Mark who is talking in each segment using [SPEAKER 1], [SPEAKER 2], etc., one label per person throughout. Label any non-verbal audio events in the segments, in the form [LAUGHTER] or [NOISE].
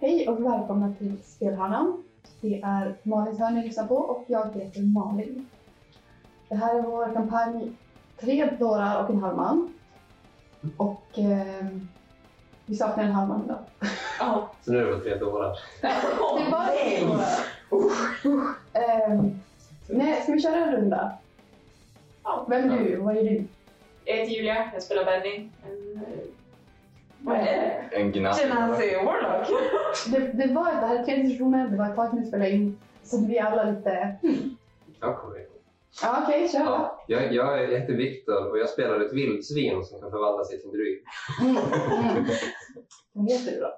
[SPEAKER 1] Hej och välkomna till Spelhörnan. Det är Malins hörn ni lyssnar på och jag heter Malin. Det här är vår kampanj Tre dårar och en halv man. Och eh, vi saknar en halv man idag.
[SPEAKER 2] Ja.
[SPEAKER 3] Så nu är det väl tre dårar.
[SPEAKER 1] Det var det. Ehm, nej, ska vi köra en runda?
[SPEAKER 2] Ja.
[SPEAKER 1] Vem är du? Vad är du?
[SPEAKER 2] Jag heter Julia, jag spelar Benny. En, eh, Vad är det?
[SPEAKER 4] En gnassig.
[SPEAKER 2] Genasi Warlock.
[SPEAKER 1] Det, det var det här är tredje sessionen, det var ett tag sedan vi spelade in. Så vi är alla lite...
[SPEAKER 3] Jag kommer ihåg.
[SPEAKER 1] Ja, okej, kör då.
[SPEAKER 3] Ja, jag, jag heter Viktor och jag spelar ett vildsvin som kan förvandla sig till en druid.
[SPEAKER 1] Mm. Vad heter du då?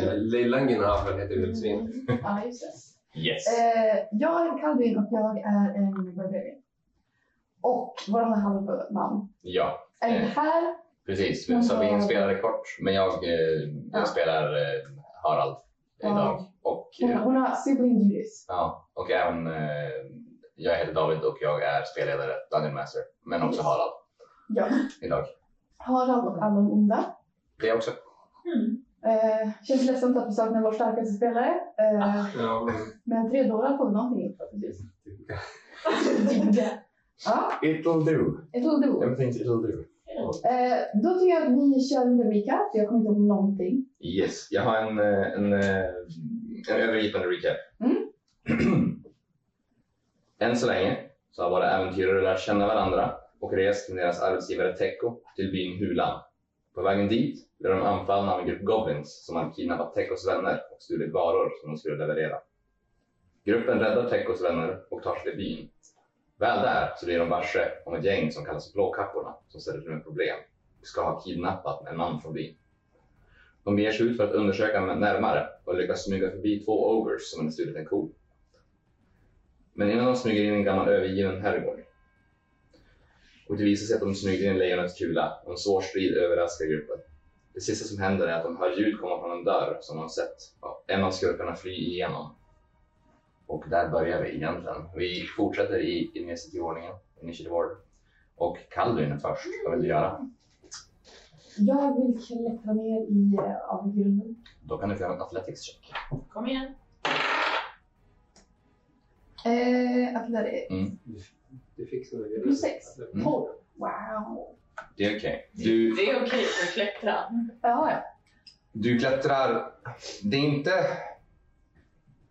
[SPEAKER 3] Eh, Lilla Gnavel
[SPEAKER 1] Mm.
[SPEAKER 3] heter vildsvin.
[SPEAKER 4] [LAUGHS]
[SPEAKER 1] Ja, just det.
[SPEAKER 4] Yes.
[SPEAKER 1] Eh, jag är Calvin och jag är en barbarian. Och vår halvman
[SPEAKER 4] Ja,
[SPEAKER 1] är
[SPEAKER 4] Eh.
[SPEAKER 1] här.
[SPEAKER 4] precis. Sabine spelade kort, men jag, eh,
[SPEAKER 1] Mm. Ja.
[SPEAKER 4] jag spelar eh, Harald
[SPEAKER 1] Ja.
[SPEAKER 4] idag. Och,
[SPEAKER 1] Hon,
[SPEAKER 4] eh,
[SPEAKER 1] hon har sibling duties.
[SPEAKER 4] ja, och även eh, jag heter David och jag är spelledare, Dungeon Master, men också
[SPEAKER 1] Yes.
[SPEAKER 4] Harald
[SPEAKER 1] Ja.
[SPEAKER 4] idag.
[SPEAKER 1] Harald och alla de onda.
[SPEAKER 4] Det är också.
[SPEAKER 2] Mm.
[SPEAKER 1] Eh, känns ledsamt att vi saknar vår starkaste spelare.
[SPEAKER 4] Ah.
[SPEAKER 1] Eh,
[SPEAKER 3] Ja, men
[SPEAKER 1] men tre dårar får vi någonting ut av
[SPEAKER 4] [LAUGHS]
[SPEAKER 1] precis. ja,
[SPEAKER 4] It'll do.
[SPEAKER 1] ett ord ord.
[SPEAKER 4] Everything's it'll do.
[SPEAKER 1] Eh, då tycker jag att ni kör under Mika, för jag kommer inte ihåg någonting.
[SPEAKER 4] Yes, jag har en, eh, en, eh, en övergripande recap. [CLEARS THROAT] Än så länge så har våra äventyrare lärt känna varandra och rest med deras arbetsgivare Teko till byn Hulan. På vägen dit blev de anfallna av en grupp goblins som hade kidnappat Tekos vänner och stulit varor som de skulle leverera. Gruppen räddar Tekos vänner och tar sig till byn. Väl där så blir de varse om ett gäng som kallas Blåkapporna som ställer till med problem och ska ha kidnappat en man från byn. De beger sig ut för att undersöka honom närmare och lyckas smyga förbi två ogres som hade stulit en ko. Men innan de smyger in i en gammal övergiven herrgård. Och det visar sig att de smyger in lejonets kula och en svår strid överraskar gruppen. Det sista som händer är att de hör ljud komma från en dörr som de sett ja, en av skurkarna fly igenom. Och där börjar vi egentligen. Vi fortsätter i initiativordningen, initiative order. Och Kalvin är först. Vad vill du göra?
[SPEAKER 1] Jag vill klättra ner i eh, avgrunden.
[SPEAKER 4] Då kan du få göra en athletics check.
[SPEAKER 2] Kom igen.
[SPEAKER 1] Eh, att lära er.
[SPEAKER 3] du, du fixar det.
[SPEAKER 1] Plus sex. 12.
[SPEAKER 4] Mm.
[SPEAKER 1] Wow.
[SPEAKER 4] Det är okej. Du
[SPEAKER 2] Det är okej att klättra.
[SPEAKER 1] Ja, ja.
[SPEAKER 4] Du klättrar. Det är inte...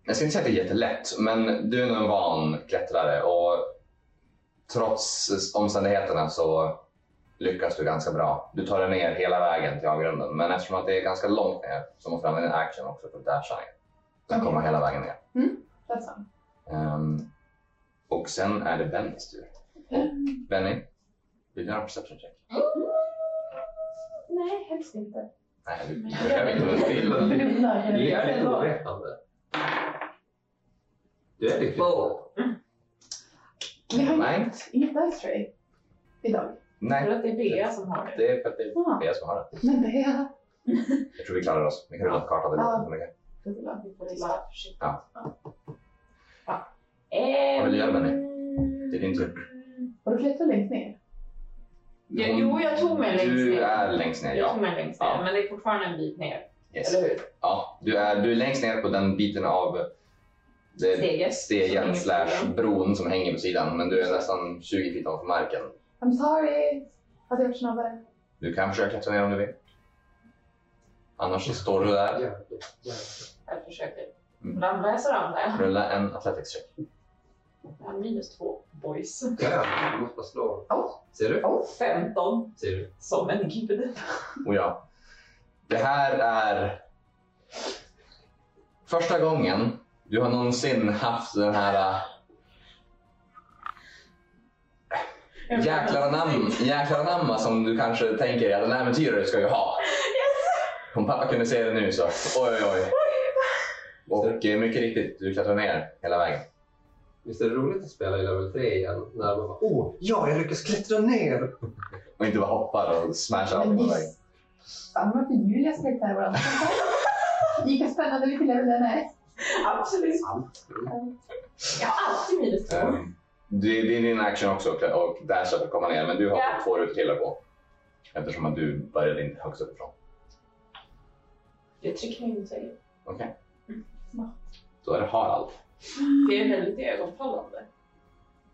[SPEAKER 4] Jag ska inte säga att det är jättelätt, men du är nog en van klättrare och trots omständigheterna så lyckas du ganska bra. Du tar dig ner hela vägen till avgrunden, men eftersom att det är ganska långt ner så måste du använda en action också för att dasha ner. Sen
[SPEAKER 1] Okej.
[SPEAKER 4] kommer hela vägen ner.
[SPEAKER 1] That's fine.
[SPEAKER 4] Ehm, och sen är det Bennys tur. Benny, vill du göra en perception check?
[SPEAKER 1] Nej, helst inte.
[SPEAKER 4] Nej, du [LAUGHS]
[SPEAKER 2] Men-
[SPEAKER 4] behöver inte. men du vill.
[SPEAKER 1] Blundar.
[SPEAKER 3] Du är lite ovetande. Du är lite på.
[SPEAKER 1] Vi har
[SPEAKER 4] Nej.
[SPEAKER 1] inget- inget dice tray idag.
[SPEAKER 2] Jag
[SPEAKER 4] Nej,
[SPEAKER 2] tror att det är Bea som har det.
[SPEAKER 4] det är för att det är
[SPEAKER 1] Ah,
[SPEAKER 4] jag som har det.
[SPEAKER 1] men det är...
[SPEAKER 4] Jag tror vi klarar oss. Vi kan rulla på kartan. Det
[SPEAKER 1] Ja.
[SPEAKER 4] låter för mycket.
[SPEAKER 2] Vi får vara försiktiga.
[SPEAKER 4] Ja.
[SPEAKER 2] Ja. Ehm,
[SPEAKER 4] Vad vill du göra, Benny? Det är din tur.
[SPEAKER 1] Har du klättrat längst ner?
[SPEAKER 2] Ja, jo, jag tog mig längst
[SPEAKER 4] Du
[SPEAKER 2] ner.
[SPEAKER 4] är längst ner,
[SPEAKER 2] Jag
[SPEAKER 4] ja.
[SPEAKER 2] tog mig längst ner,
[SPEAKER 4] Ja.
[SPEAKER 2] men det är fortfarande en bit ner.
[SPEAKER 4] Yes.
[SPEAKER 2] Eller hur?
[SPEAKER 4] ja du, är, du är längst ner på den biten av det-
[SPEAKER 2] Steget. Som hänger
[SPEAKER 4] stegen
[SPEAKER 2] på
[SPEAKER 4] slash
[SPEAKER 2] sidan.
[SPEAKER 4] bron som hänger på sidan. Men du är nästan 20 feet ovanför marken.
[SPEAKER 1] I'm sorry. Hade jag varit snabbare?
[SPEAKER 4] Du kan försöka klättra ner om du vill. Annars så står du där.
[SPEAKER 2] Jag försöker.
[SPEAKER 4] Mm.
[SPEAKER 2] Ramlar jag så ramlar jag.
[SPEAKER 4] Rulla en athletics check.
[SPEAKER 2] Jag har minus två boys.
[SPEAKER 3] Ja, du måste bara slå.
[SPEAKER 1] Oh.
[SPEAKER 3] Ser du?
[SPEAKER 1] Oh.
[SPEAKER 2] 15
[SPEAKER 3] Ser du?
[SPEAKER 2] som en gud.
[SPEAKER 4] Och Oh, ja, det här är första gången du har någonsin haft den här äh, jäklar anamma, jäklar anamma som du kanske tänker att en äventyrare ska ju ha. Om pappa kunde se det nu så oj oj oj. Och eh, mycket riktigt, du klättrar ner hela vägen.
[SPEAKER 3] Visst är det roligt att spela i level 3 igen? När man bara åh, ja, jag lyckas klättra ner!
[SPEAKER 4] Och inte bara hoppar och smashar allt
[SPEAKER 1] Men
[SPEAKER 4] på vägen.
[SPEAKER 1] giss. Samma för Julias klättrar i våran. Lika spännande vi skulle vilja nej.
[SPEAKER 2] Absolut. Jag har alltid minus två.
[SPEAKER 4] Ehm, Det det är din action också och- och dasha för att komma ner men du har
[SPEAKER 2] Ja.
[SPEAKER 4] två rutor till att gå. Eftersom att du började inte högst uppifrån.
[SPEAKER 2] Jag trycker mig in i
[SPEAKER 4] Okej.
[SPEAKER 2] Mm.
[SPEAKER 1] Smart.
[SPEAKER 4] Då är det Harald.
[SPEAKER 2] Det är väldigt ögonfallande.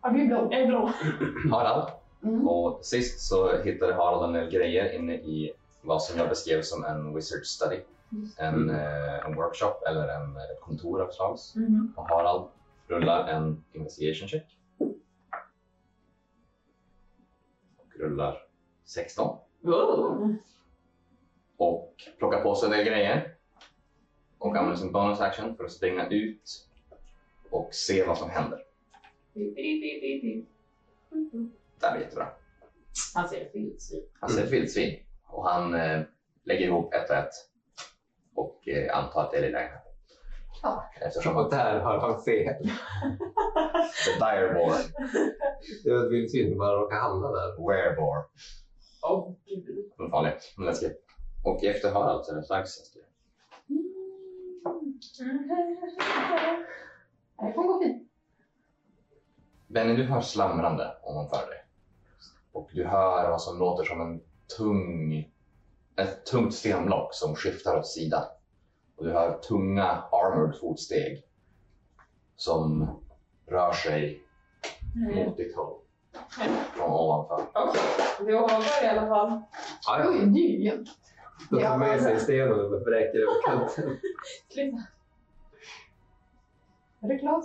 [SPEAKER 1] Ja, du är blå.
[SPEAKER 2] Jag är blå.
[SPEAKER 4] Harald.
[SPEAKER 1] Mm.
[SPEAKER 4] Och sist så hittade Harald en del grejer inne i vad som jag beskrev som en wizard study. En, eh, en workshop eller en, ett kontor av slags.
[SPEAKER 2] Mm.
[SPEAKER 4] Och Harald rullar en investigation check. Och rullar 16.
[SPEAKER 2] Wow.
[SPEAKER 4] Och plockar på sig en del grejer. Och använder sin bonus action för att springa ut och se vad som händer.
[SPEAKER 2] Bi, bi, bi, bi, bi. Mm.
[SPEAKER 4] Det här blir jättebra.
[SPEAKER 2] Han ser vildsvin.
[SPEAKER 4] Han ser ett vildsvin och han eh, lägger ihop ett och ett och eh, antar att det är lilla
[SPEAKER 1] Ja.
[SPEAKER 4] Eftersom
[SPEAKER 3] Och
[SPEAKER 4] att
[SPEAKER 3] där har han fel.
[SPEAKER 4] the dire boar,
[SPEAKER 3] Det var ett vildsvin som bara råkade hamna där.
[SPEAKER 4] were boar,
[SPEAKER 2] Åh oh, gud.
[SPEAKER 4] den farliga, den läskiga. Och efter Harald så är det Sags nästa.
[SPEAKER 1] Ja, Det kommer gå fint.
[SPEAKER 4] Benny, du hör slamrande ovanför dig. Och du hör vad som låter som en tung, ett tungt stenblock som skiftar åt sidan. Och du hör tunga armored fotsteg som rör sig
[SPEAKER 2] Mm.
[SPEAKER 4] mot ditt håll. Från ovanför.
[SPEAKER 2] Okej, vi hovar i alla fall.
[SPEAKER 3] Ja,
[SPEAKER 1] Oj,
[SPEAKER 3] ja.
[SPEAKER 1] det är ju jämnt.
[SPEAKER 3] De tar med sig
[SPEAKER 1] Ja.
[SPEAKER 3] stenen och vräker över kanten.
[SPEAKER 1] Är du klar?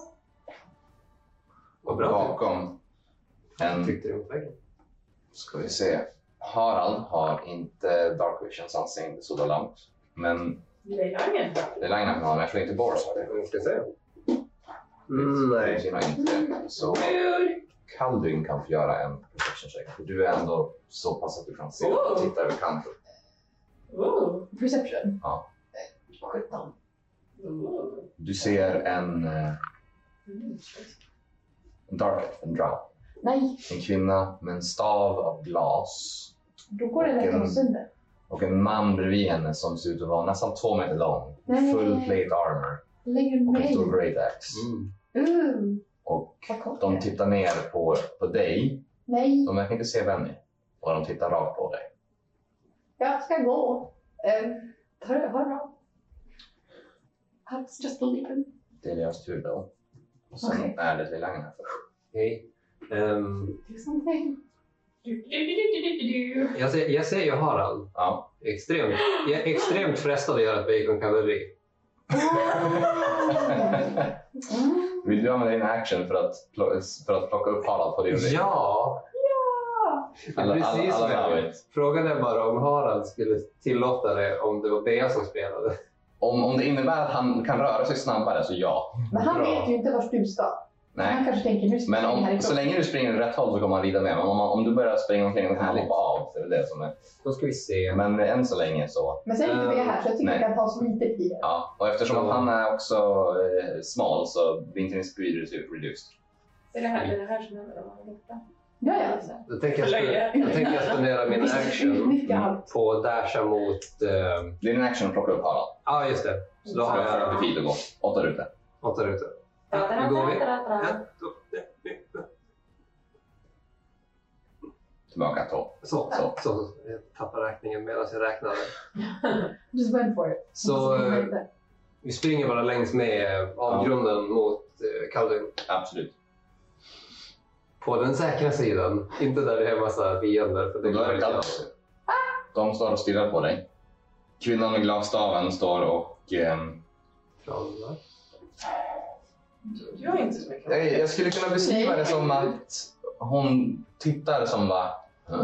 [SPEAKER 4] Och bakom en,
[SPEAKER 3] Tryckte det mot väggen.
[SPEAKER 4] ska vi se, Harald har inte Dark Vision så han ser inte så långt. Men
[SPEAKER 2] Lejonen.
[SPEAKER 4] det är Lagnan har, men jag tror inte Boris har det.
[SPEAKER 3] Vi ska se. Mm,
[SPEAKER 4] Det
[SPEAKER 3] nej.
[SPEAKER 4] syns nog inte. Så
[SPEAKER 2] Mur.
[SPEAKER 4] Kaldun kan få göra en protection check. För du är ändå så pass att du kan se
[SPEAKER 2] Oh.
[SPEAKER 4] och titta över kanten.
[SPEAKER 2] Wow.
[SPEAKER 1] Perception?
[SPEAKER 4] Ja.
[SPEAKER 1] Eh, 17.
[SPEAKER 2] Wow.
[SPEAKER 4] Du ser en eh,
[SPEAKER 2] Mm.
[SPEAKER 4] Dark Elf, en drow.
[SPEAKER 1] Nej,
[SPEAKER 4] En kvinna med en stav av glas
[SPEAKER 1] då går det
[SPEAKER 4] Vilken-
[SPEAKER 1] verkligen sönder.
[SPEAKER 4] och en man bredvid henne som ser ut att vara nästan två meter lång.
[SPEAKER 1] Nej.
[SPEAKER 4] Full plate armor
[SPEAKER 1] Lägg
[SPEAKER 4] och en
[SPEAKER 1] mig.
[SPEAKER 4] stor great axe.
[SPEAKER 3] Mm.
[SPEAKER 1] Uh,
[SPEAKER 4] Och
[SPEAKER 1] vad kort det
[SPEAKER 4] De
[SPEAKER 1] är.
[SPEAKER 4] tittar ner på, på dig.
[SPEAKER 1] Nej,
[SPEAKER 4] De verkar inte se Benny. Och de tittar rakt på dig.
[SPEAKER 1] jag ska gå. Eh, ta det, ha det bra. That's just a little.
[SPEAKER 4] Det är deras tur då. Och sen
[SPEAKER 1] Okej.
[SPEAKER 4] är det Lilla Agnes.
[SPEAKER 3] Hej. Ehm,
[SPEAKER 1] Do
[SPEAKER 4] [LAUGHS]
[SPEAKER 1] something.
[SPEAKER 2] Du, du, du, du, du, du, du.
[SPEAKER 3] jag, ser, jag ser ju Harald.
[SPEAKER 4] Ja.
[SPEAKER 3] Extremt, jag är extremt frestad att göra ett baconkavalleri.
[SPEAKER 1] Mm.
[SPEAKER 4] Vill du använda din action för att, plo- för att plocka upp Harald på din rygg?
[SPEAKER 3] Ja!
[SPEAKER 1] Ja.
[SPEAKER 4] alla, alla,
[SPEAKER 3] precis
[SPEAKER 4] alla,
[SPEAKER 3] vad jag
[SPEAKER 4] alla
[SPEAKER 3] vill.
[SPEAKER 4] vet.
[SPEAKER 3] Frågan är bara om Harald skulle tillåta det om det var Bea som spelade.
[SPEAKER 4] Om, om det innebär att han kan röra sig snabbare så ja.
[SPEAKER 1] Men han
[SPEAKER 3] Bra.
[SPEAKER 1] vet ju inte vart du ska. Han
[SPEAKER 4] Nej.
[SPEAKER 1] kanske tänker nu ska
[SPEAKER 4] Men
[SPEAKER 1] jag
[SPEAKER 4] om,
[SPEAKER 1] härifrån.
[SPEAKER 4] så länge du springer åt rätt håll så kommer han rida med. Men om, man- om du börjar springa omkring och kan
[SPEAKER 3] Härligt.
[SPEAKER 4] hoppa av så är det det som är.
[SPEAKER 3] Då ska vi se.
[SPEAKER 4] Men än så länge så.
[SPEAKER 1] Men sen är inte vi här så jag tycker
[SPEAKER 4] Nej.
[SPEAKER 1] vi kan ta oss lite i det.
[SPEAKER 4] Ja. Och eftersom att
[SPEAKER 3] Ja.
[SPEAKER 4] han är också eh, smal så blir inte din speed typ reduced.
[SPEAKER 2] Det är det här, det är det här som händer om man är borta.
[SPEAKER 1] Ja, ja.
[SPEAKER 3] Då tänker jag, spe- då tänker jag spendera min action
[SPEAKER 1] Utnyttja
[SPEAKER 4] Mm.
[SPEAKER 1] allt.
[SPEAKER 3] på att dasha mot... ehm,
[SPEAKER 4] Det är din action att plocka upp Harald.
[SPEAKER 3] Ja, just det. Så då
[SPEAKER 4] Så
[SPEAKER 3] har
[SPEAKER 4] jag har
[SPEAKER 3] jag
[SPEAKER 4] tid att gå. Åtta rutor.
[SPEAKER 3] åtta rutor.
[SPEAKER 2] Nu
[SPEAKER 3] går vi.
[SPEAKER 2] vi.
[SPEAKER 3] Ett, två, tre, fyra.
[SPEAKER 4] Tillbaka tolv.
[SPEAKER 3] Så, så, så. Jag tappar räkningen medan jag räknade.
[SPEAKER 1] Just went for it.
[SPEAKER 3] Så eh, vi springer bara längs med eh, avgrunden mot eh, Kaldun.
[SPEAKER 4] Absolut.
[SPEAKER 3] På den säkra sidan. Inte där det är massa fiender. För det
[SPEAKER 4] Då är
[SPEAKER 3] går
[SPEAKER 4] det
[SPEAKER 3] inte.
[SPEAKER 4] kallt. De står och stirrar på dig. Kvinnan med glasstaven står och... ehm,
[SPEAKER 3] Trollar.
[SPEAKER 2] Du har inte så mycket.
[SPEAKER 4] jag, jag skulle kunna beskriva det som att hon tittar som bara... "Huh?"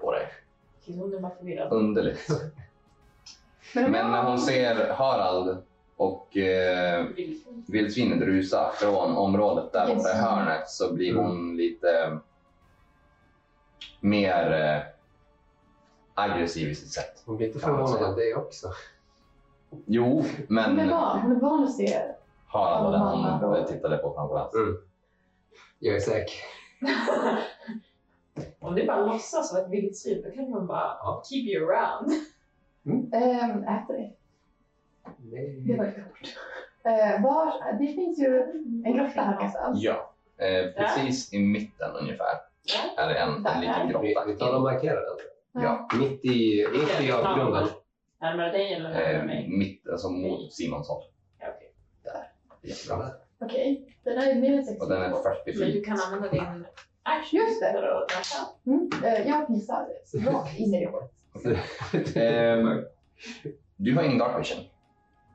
[SPEAKER 4] På dig.
[SPEAKER 2] Gud, hon är bara förvirrad.
[SPEAKER 4] Underligt.
[SPEAKER 1] om
[SPEAKER 4] Men när
[SPEAKER 1] jag-
[SPEAKER 4] hon ser Harald och eh,
[SPEAKER 3] Mm.
[SPEAKER 2] Vilken?
[SPEAKER 4] vildsvinet rusa från området där borta i
[SPEAKER 1] Yes.
[SPEAKER 4] hörnet så blir hon lite ehm, mer eh, aggressiv i sitt sätt.
[SPEAKER 3] Hon blir inte
[SPEAKER 4] Kan man
[SPEAKER 3] förvånad
[SPEAKER 4] säga.
[SPEAKER 3] av det också.
[SPEAKER 4] Jo,
[SPEAKER 1] Hon är
[SPEAKER 4] eh, men
[SPEAKER 1] van, hon är van att se.
[SPEAKER 4] Harald var den
[SPEAKER 1] Mamma
[SPEAKER 4] hon
[SPEAKER 1] då.
[SPEAKER 4] tittade på framförallt.
[SPEAKER 3] Jag är säker.
[SPEAKER 2] Om du bara låtsas vara ett vildsvin då kan man bara
[SPEAKER 3] Ja.
[SPEAKER 2] keep you around.
[SPEAKER 1] Ehm, äter det. Det
[SPEAKER 3] Nej.
[SPEAKER 1] var ju kort. Eh, var, det finns ju Mm. en grotta här någonstans.
[SPEAKER 4] Ja, eh, precis i mitten ungefär
[SPEAKER 2] Ja.
[SPEAKER 4] är det en, en liten
[SPEAKER 3] Vi, vi tar och
[SPEAKER 4] grotta.
[SPEAKER 3] markerar den.
[SPEAKER 4] Ja.
[SPEAKER 3] Mitt i, mitt i avgrunden.
[SPEAKER 2] Närmare dig eller närmare
[SPEAKER 4] Eh,
[SPEAKER 2] mig?
[SPEAKER 4] mitt, alltså mot Simons håll.
[SPEAKER 2] Ehm, Ja, okej.
[SPEAKER 4] Jättebra.
[SPEAKER 1] Okej, den är mer än 60
[SPEAKER 4] Och den är 40
[SPEAKER 2] Men
[SPEAKER 4] feet.
[SPEAKER 2] du kan använda din action
[SPEAKER 1] Just det.
[SPEAKER 2] för att dra fram.
[SPEAKER 1] Mm. eh, Jag missar rakt in i det hålet.
[SPEAKER 4] Ehm, du har ingen dark vision.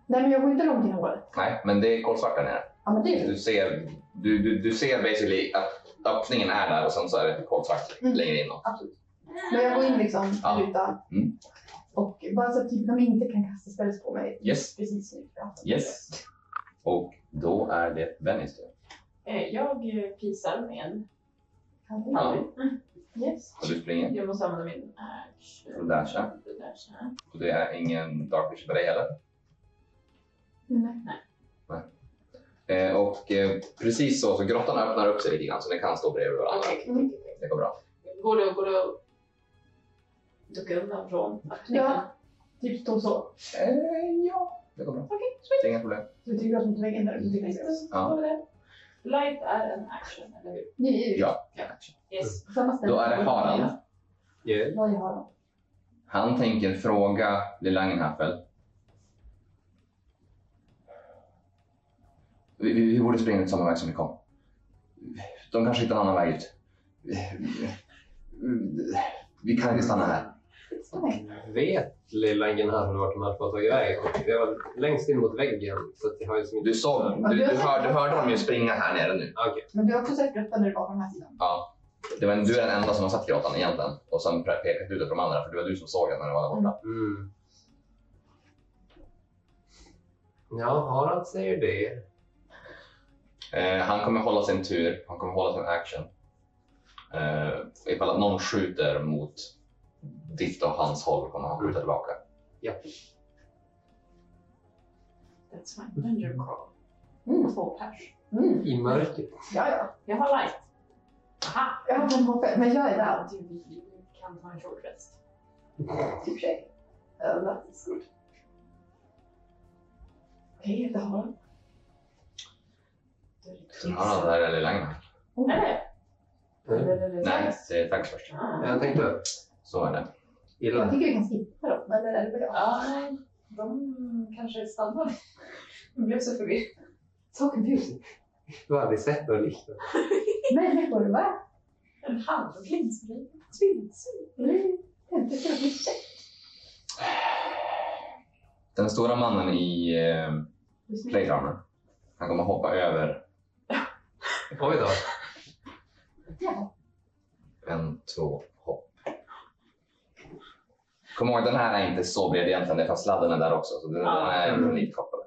[SPEAKER 1] Nej, men jag går inte långt in i hålet.
[SPEAKER 4] Nej, men det är kolsvart där nere.
[SPEAKER 1] Ja, men det är
[SPEAKER 4] Du ser, du, du, du ser basically att öppningen är där och sen så är det kolsvart
[SPEAKER 1] Mm.
[SPEAKER 4] längre inåt.
[SPEAKER 1] Absolut. Men jag går in liksom
[SPEAKER 4] Ja.
[SPEAKER 1] i rutan.
[SPEAKER 4] Mm.
[SPEAKER 1] Och bara så att typ, de inte kan kasta spells på mig
[SPEAKER 4] Yes.
[SPEAKER 1] precis nu. Ja.
[SPEAKER 4] Yes. Och då är det Bennys tur.
[SPEAKER 2] Eh, Jag eh, pisar med en
[SPEAKER 1] Kan vi?
[SPEAKER 4] Ja.
[SPEAKER 1] Yes.
[SPEAKER 4] Och du springer.
[SPEAKER 2] Jag måste använda min action.
[SPEAKER 4] Och dasha.
[SPEAKER 2] Och dasha.
[SPEAKER 4] Och det är ingen dark vision för dig heller.
[SPEAKER 1] Nej.
[SPEAKER 4] Eh, och eh, precis så, så grottan öppnar upp sig lite grann så ni kan stå bredvid varandra.
[SPEAKER 2] Okej, okej, okej.
[SPEAKER 4] Det går bra.
[SPEAKER 2] Går det går det att ducka undan från öppningen?
[SPEAKER 1] Ja. Typ stå så.
[SPEAKER 4] Eh, ja, det går bra.
[SPEAKER 2] Okej,
[SPEAKER 4] Det är Inga problem.
[SPEAKER 1] Så tycker jag att inte väggen där. Så tycker jag inte jag.
[SPEAKER 2] Då har vi det. Light är en action, eller hur?
[SPEAKER 1] Ni är ju
[SPEAKER 4] Ja.
[SPEAKER 2] Yes.
[SPEAKER 1] på samma ställe.
[SPEAKER 4] Då är det Harald.
[SPEAKER 3] Yeah.
[SPEAKER 1] Vad är Harald?
[SPEAKER 4] Han tänker fråga Lilangenhaffel. Vi, vi, vi borde springa ut samma väg som vi kom. De kanske hittar en annan väg ut. Vi kan inte stanna här.
[SPEAKER 1] Nej.
[SPEAKER 3] Vet lilla Gnarr vart de höll på att ta iväg? Och Jag var längst in mot väggen så att jag har ju som inte...
[SPEAKER 4] Du, sa, du, du, hör, du hörde dem ju springa här nere nu.
[SPEAKER 3] Ah, Okej.
[SPEAKER 1] Men du har också sett grottan när du var på den här sidan.
[SPEAKER 4] Ja. Det var, du är den enda som har sett grottan egentligen och sen pe- pekat ut det för de andra för det var du som såg den när den var där borta.
[SPEAKER 3] Mm. Ja, Harald säger det.
[SPEAKER 4] Eh, han kommer hålla sin tur, han kommer hålla sin action. Eh, ifall att någon skjuter mot ditt och hans håll kommer han skjuta tillbaka.
[SPEAKER 2] That's my danger crawl.
[SPEAKER 1] Mm.
[SPEAKER 2] Två pers.
[SPEAKER 1] Mm.
[SPEAKER 3] I mörkret.
[SPEAKER 1] Ja, ja.
[SPEAKER 2] Jag har light. Aha!
[SPEAKER 1] Jag har en HP, men jag är där.
[SPEAKER 2] Du vi kan ta en short rest.
[SPEAKER 1] Typ tjej. Uh, that is good. Okej, det har han.
[SPEAKER 2] Då är det
[SPEAKER 4] Sen har han den där lilla längden.
[SPEAKER 2] Är det?
[SPEAKER 3] Mm.
[SPEAKER 2] Eller är det
[SPEAKER 4] Nej,
[SPEAKER 2] sax?
[SPEAKER 4] det är tax först.
[SPEAKER 2] Ah.
[SPEAKER 3] Jag tänkte,
[SPEAKER 4] Så är det.
[SPEAKER 1] Jag
[SPEAKER 3] gillar
[SPEAKER 1] tycker vi kan skippa dem, eller är det bra?
[SPEAKER 2] Ja, nej. De kanske stannade. De blev så förvirrade.
[SPEAKER 1] So confusing.
[SPEAKER 3] Du har aldrig sett något liknande.
[SPEAKER 1] Människor, va?
[SPEAKER 2] En halvblind som blev tvindsyn.
[SPEAKER 1] Mm. Inte så mycket.
[SPEAKER 4] Den stora mannen i eh,
[SPEAKER 1] Just nu.
[SPEAKER 4] playgroundet. Han kommer hoppa över
[SPEAKER 3] Oj då.
[SPEAKER 1] Ja.
[SPEAKER 4] en, två, hopp. Kom ihåg, den här är inte så bred egentligen. Det är fast sladden är där också. Så den, den är
[SPEAKER 3] Mm.
[SPEAKER 4] lite kortare.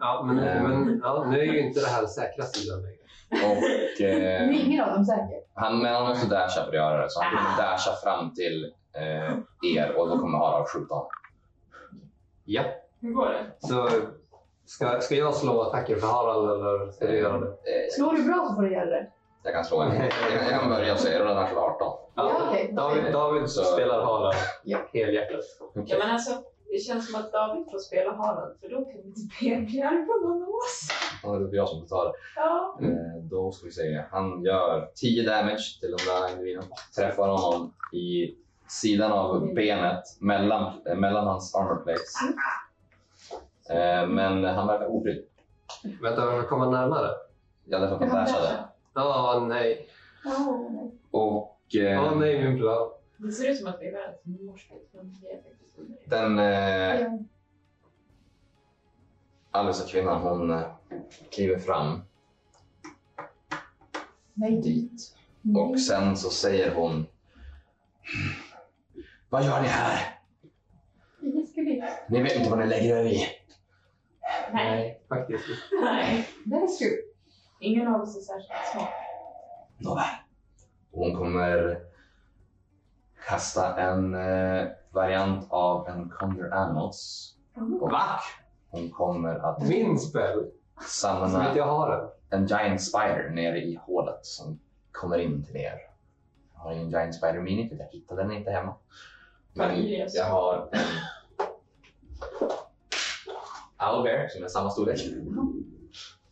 [SPEAKER 3] Ja, men,
[SPEAKER 4] Eh.
[SPEAKER 3] men ja, nu är ju inte det här säkra sidan längre.
[SPEAKER 4] Och,
[SPEAKER 2] [LAUGHS]
[SPEAKER 1] Nu är
[SPEAKER 4] eh,
[SPEAKER 1] ingen av dem säker.
[SPEAKER 4] han, men han måste dasha för att göra det. Så han
[SPEAKER 2] Ah.
[SPEAKER 4] kommer dasha fram till eh, er och då kommer Harald skjuta honom.
[SPEAKER 3] Ja.
[SPEAKER 2] Hur går det?
[SPEAKER 3] Så ska, ska jag slå attacker för Harald eller ska du göra det?
[SPEAKER 4] Eh,
[SPEAKER 1] Slår du bra så får du göra det.
[SPEAKER 4] jag kan slå en. Jag, jag kan börja så jag rullar den här till 18.
[SPEAKER 1] Ja, okej.
[SPEAKER 3] David, David
[SPEAKER 4] Så-
[SPEAKER 3] spelar Harald
[SPEAKER 1] Ja.
[SPEAKER 3] helhjärtat.
[SPEAKER 2] Ja, men alltså, det känns som att David får spela Harald för då kan vi inte be Björn på någon av oss.
[SPEAKER 4] Och det blir jag som får ta det.
[SPEAKER 2] Ja.
[SPEAKER 4] Eh, Då ska vi se. Han gör 10 damage till den där individen. Träffar honom i sidan av benet mellan, eh, mellan hans armor plates. Eh, Men han verkar obrydd.
[SPEAKER 3] Vänta, jag vill komma närmare.
[SPEAKER 4] Ja, därför att han dashade.
[SPEAKER 3] Ja, nej.
[SPEAKER 1] Ja, nej.
[SPEAKER 4] Och
[SPEAKER 3] Ja,
[SPEAKER 4] eh,
[SPEAKER 3] nej, min plan.
[SPEAKER 2] Det ser ut som att vi är världens morspel, men vi är faktiskt under det.
[SPEAKER 4] den eh,
[SPEAKER 1] Ja.
[SPEAKER 4] alldeles kvinnan hon eh, kliver fram
[SPEAKER 1] Nej.
[SPEAKER 4] dit.
[SPEAKER 1] Nej.
[SPEAKER 4] Och sen så säger hon. Vad gör ni här?
[SPEAKER 1] Ingen skulle...
[SPEAKER 4] Ni vet inte vad ni lägger er i.
[SPEAKER 2] Nej.
[SPEAKER 3] Faktiskt.
[SPEAKER 2] Nej.
[SPEAKER 1] Det är skruv.
[SPEAKER 2] Ingen av oss är särskilt smart.
[SPEAKER 4] Nåväl. Hon kommer kasta en eh, variant av en Condor Animals på Vack. Hon kommer att
[SPEAKER 3] Min spel, som
[SPEAKER 4] samla
[SPEAKER 3] inte jag har den.
[SPEAKER 4] en Giant Spider nere i hålet som kommer in till er. Jag har ingen Giant Spider Mini för jag hittade den inte hemma. Men
[SPEAKER 2] Cornelius.
[SPEAKER 4] jag har en Owlbear som är samma storlek.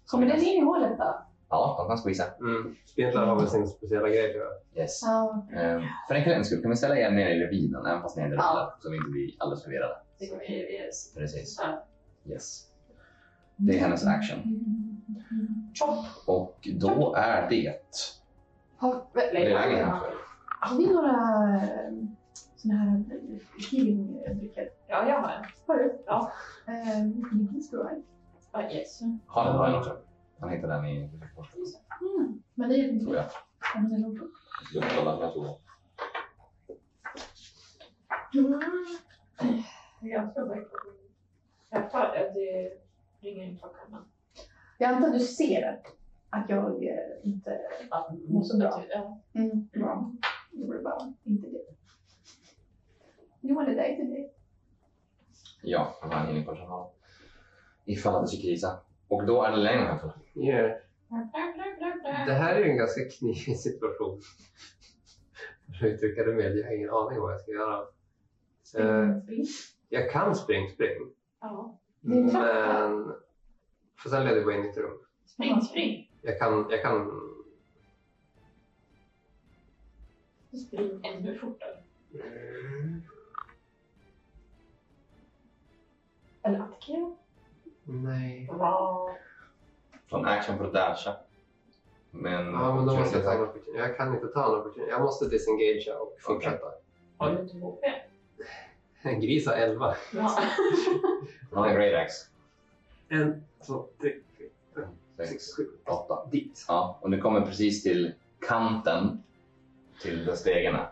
[SPEAKER 1] Kommer den in i hålet då?
[SPEAKER 4] Ja, de kan squeeza.
[SPEAKER 3] Mm. Spindlar har väl sin speciella grej tror jag.
[SPEAKER 4] Yes.
[SPEAKER 1] Ja.
[SPEAKER 4] Ehm, För enkelhetens skull kan vi ställa er nere i reviden även fast ni är inte
[SPEAKER 1] Ja.
[SPEAKER 4] så vi inte blir alldeles förvirrade.
[SPEAKER 2] Det går ju vi är så-
[SPEAKER 4] Precis.
[SPEAKER 2] så här.
[SPEAKER 4] Yes. Det är
[SPEAKER 1] Mm.
[SPEAKER 4] hennes action.
[SPEAKER 1] Chop!
[SPEAKER 4] Och då är det...
[SPEAKER 1] Har,
[SPEAKER 4] Det är
[SPEAKER 1] nej,
[SPEAKER 4] vägen
[SPEAKER 1] har,
[SPEAKER 4] här.
[SPEAKER 1] har vi några sådana här eh, healingdrycker?
[SPEAKER 2] Ja, jag har en.
[SPEAKER 1] Har du?
[SPEAKER 2] Ja.
[SPEAKER 1] Ehm, Nicholas Bride.
[SPEAKER 2] Ja, yes.
[SPEAKER 4] Har han den också? Han hittade den i...
[SPEAKER 1] Mm. Men det är ju
[SPEAKER 4] Tror jag.
[SPEAKER 1] inte...
[SPEAKER 4] Jag kollar på den.
[SPEAKER 2] Jag tror verkligen att vi- jag tar- att det ringer in klockan. men-
[SPEAKER 1] Jag antar att du ser att jag eh, inte
[SPEAKER 2] Ja,
[SPEAKER 1] Måste dra.
[SPEAKER 2] Ja.
[SPEAKER 1] Mm, bra. Det var bara inte det. Det var det där, inte det.
[SPEAKER 4] Ja, han var inne på personal. Ifall det skulle krisa. Och då är det längre här. för-
[SPEAKER 3] Yeah. Det här är ju en ganska knivig situation. För att uttrycka det med, jag har ingen aning vad jag ska göra. Eh, jag kan spring, spring.
[SPEAKER 2] Ja.
[SPEAKER 1] Det är en trappa.
[SPEAKER 3] Men... För sen leder det bara in i ett rum.
[SPEAKER 2] Spring, spring.
[SPEAKER 3] Jag kan, jag kan...
[SPEAKER 2] Spring ännu fortare.
[SPEAKER 3] Mm,
[SPEAKER 2] Eller attackera.
[SPEAKER 3] Nej.
[SPEAKER 2] Wow.
[SPEAKER 4] Så en action för att dasha. Men...
[SPEAKER 3] Ja, men då måste jag ta en
[SPEAKER 4] jag
[SPEAKER 3] opportunity. Jag kan inte ta en opportunity. Jag måste disengagea och fortsätta.
[SPEAKER 2] Har du inte HP?
[SPEAKER 3] [LAUGHS] En gris har 11.
[SPEAKER 2] Ja.
[SPEAKER 4] Han är great axe.
[SPEAKER 3] En, två, tre,
[SPEAKER 4] Sex,
[SPEAKER 3] sex, sju,
[SPEAKER 4] åtta.
[SPEAKER 3] dit.
[SPEAKER 4] Ja, och du kommer precis till kanten. Till där stegen är.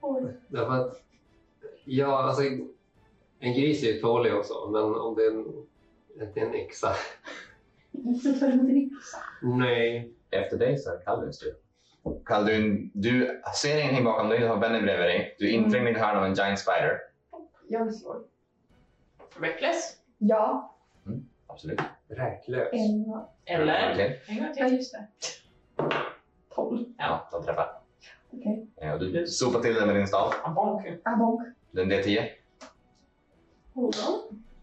[SPEAKER 2] Oj.
[SPEAKER 3] Därför att, ja, alltså, en gris är ju tålig och så, men om det är en, det är en yxa.
[SPEAKER 1] Inte för mot din
[SPEAKER 3] Nej.
[SPEAKER 4] Efter dig så är det Kalduns tur. Kaldun, du ser ingenting bakom dig. Du har Benny bredvid dig. Du är inträngd i ett hörn av en giant spider.
[SPEAKER 1] Jag slår.
[SPEAKER 2] Reckless.
[SPEAKER 1] Ja,
[SPEAKER 4] Absolut.
[SPEAKER 3] Räklös.
[SPEAKER 1] en och...
[SPEAKER 2] Eller?
[SPEAKER 4] Okej.
[SPEAKER 2] En gång
[SPEAKER 1] Ja,
[SPEAKER 2] till.
[SPEAKER 1] just det. Tolv.
[SPEAKER 4] Ja, de träffar.
[SPEAKER 1] Okej.
[SPEAKER 4] Eh, Och du sopar till den med din stav.
[SPEAKER 2] Ja, bonk.
[SPEAKER 1] Ah, bonk.
[SPEAKER 4] Den D10.
[SPEAKER 2] Hold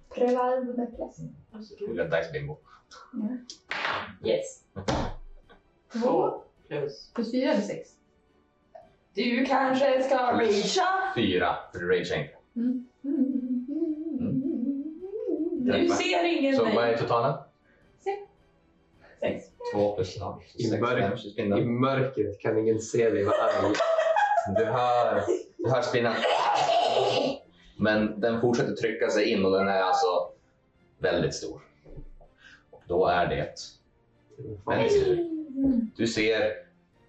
[SPEAKER 1] Prövar Rebeckas.
[SPEAKER 2] on.
[SPEAKER 4] Vill du ha dice bingo?
[SPEAKER 2] Yes.
[SPEAKER 1] Två.
[SPEAKER 2] Plus.
[SPEAKER 1] Plus fyra eller sex?
[SPEAKER 2] Du kanske ska reacha?
[SPEAKER 4] Fyra, för du ragear inte.
[SPEAKER 1] Mm.
[SPEAKER 2] Du ser ingen
[SPEAKER 4] Så vad är
[SPEAKER 2] mig.
[SPEAKER 4] totalen?
[SPEAKER 2] Sex.
[SPEAKER 4] Två plus ja,
[SPEAKER 3] I
[SPEAKER 4] sex,
[SPEAKER 3] början.
[SPEAKER 4] fem,
[SPEAKER 3] I
[SPEAKER 4] spindeln.
[SPEAKER 3] mörkret kan ingen se dig vara arg.
[SPEAKER 4] Du hör, du hör spinnan. Men den fortsätter trycka sig in och den är alltså väldigt stor. Och då är det Bennys tur. Du ser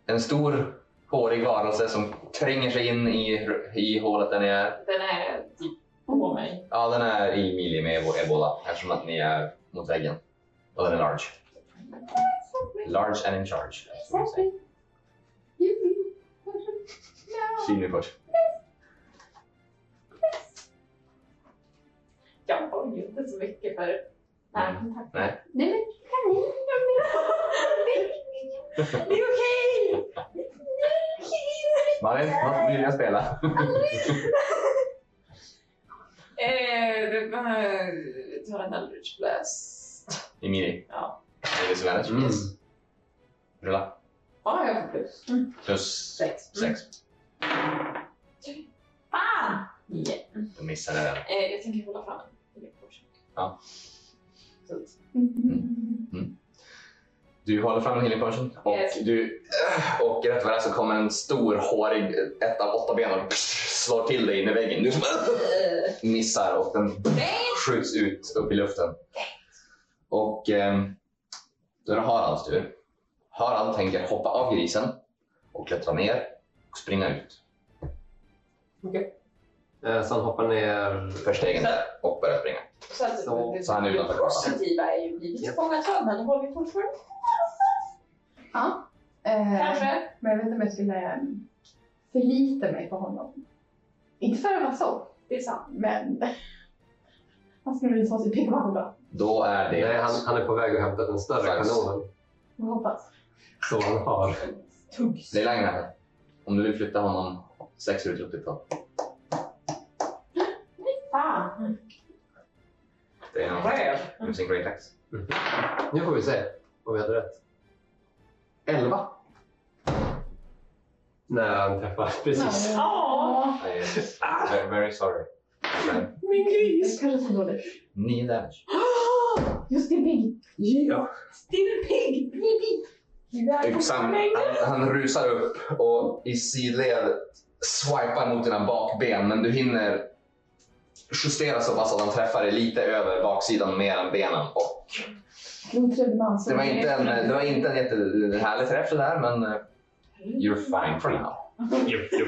[SPEAKER 4] en stor hårig varelse som tränger sig in i, i hålet där ni är.
[SPEAKER 2] Den är typ på mig.
[SPEAKER 4] Ja, den är i mili med vår ebola eftersom att ni är mot väggen. Och den är large. Large and in charge. som de säger. Kyl nu först.
[SPEAKER 2] Jag har ju inte så mycket för närkontakt.
[SPEAKER 4] Nej.
[SPEAKER 1] Nej men kanin!
[SPEAKER 2] Det är okej!
[SPEAKER 4] Malin, vad vill jag spela?
[SPEAKER 2] Eh, eh, Ta en Eldridge Blast.
[SPEAKER 4] I mili.
[SPEAKER 2] Ja.
[SPEAKER 4] Är det Svennis?
[SPEAKER 3] Mm.
[SPEAKER 4] Rulla.
[SPEAKER 2] Ja, jag får plus.
[SPEAKER 4] Plus
[SPEAKER 2] Sex. Mm.
[SPEAKER 4] sex.
[SPEAKER 2] Fan! Ah! Yeah.
[SPEAKER 4] Du missade den.
[SPEAKER 2] Eh, jag tänker hålla fram den.
[SPEAKER 4] Ja.
[SPEAKER 2] Så att
[SPEAKER 4] Du håller fram en healing potion och
[SPEAKER 2] Yes.
[SPEAKER 4] du äh, och rätt vad det är så kommer en stor hårig ett av åtta ben och slår till dig in i väggen. Du äh,
[SPEAKER 2] eh,
[SPEAKER 4] missar och den skjuts ut upp i luften. Och eh, då är det Haralds tur. Harald tänker hoppa av grisen och klättra ner och springa ut
[SPEAKER 3] Eh, Så han hoppar ner.
[SPEAKER 4] för stegen där och börjar springa.
[SPEAKER 2] Så, att
[SPEAKER 3] Så-
[SPEAKER 2] det,
[SPEAKER 4] så han är utanför kameran.
[SPEAKER 2] positiva är ju blivit
[SPEAKER 3] Japp.
[SPEAKER 2] fångatag, men det har vi fortfarande
[SPEAKER 1] Ja. Eh,
[SPEAKER 2] kanske.
[SPEAKER 1] Men jag vet inte om jag skulle eh, förlita mig på honom. Inte för att vara så,
[SPEAKER 2] Det är sant.
[SPEAKER 1] men... Han skulle väl ta sig pigg bakom då.
[SPEAKER 4] Då är det...
[SPEAKER 3] Nej, han, han är på väg att hämta den större
[SPEAKER 4] Sex.
[SPEAKER 3] kanonen
[SPEAKER 1] Jag hoppas.
[SPEAKER 3] som han har.
[SPEAKER 2] Tuggs.
[SPEAKER 4] Det är Lagnare. Om du vill flytta honom sex minuter upp till topp.
[SPEAKER 2] Fan.
[SPEAKER 4] Det är en
[SPEAKER 2] Röv.
[SPEAKER 4] med sin great axe.
[SPEAKER 3] Nu får vi se om vi hade rätt. 11. Nej, han träffar precis.
[SPEAKER 1] Nej.
[SPEAKER 2] Ja.
[SPEAKER 4] Ah. uh, I am very sorry. my friend.
[SPEAKER 2] Min gris!
[SPEAKER 1] Det kanske är så dåligt.
[SPEAKER 4] 9 damage.
[SPEAKER 1] Just det, Big!
[SPEAKER 3] Ja.
[SPEAKER 2] Stirrpigg! Du är
[SPEAKER 4] Yxan,
[SPEAKER 2] fortfarande
[SPEAKER 4] han, han rusar upp och i sidled swipar mot dina bakben men du hinner justera så pass att han träffar dig lite över baksidan mer än benen. Och
[SPEAKER 1] De tredje man.
[SPEAKER 4] det, var inte en, det var inte en jättehärlig träff sådär men eh, you're fine for now.
[SPEAKER 3] Jo, jo.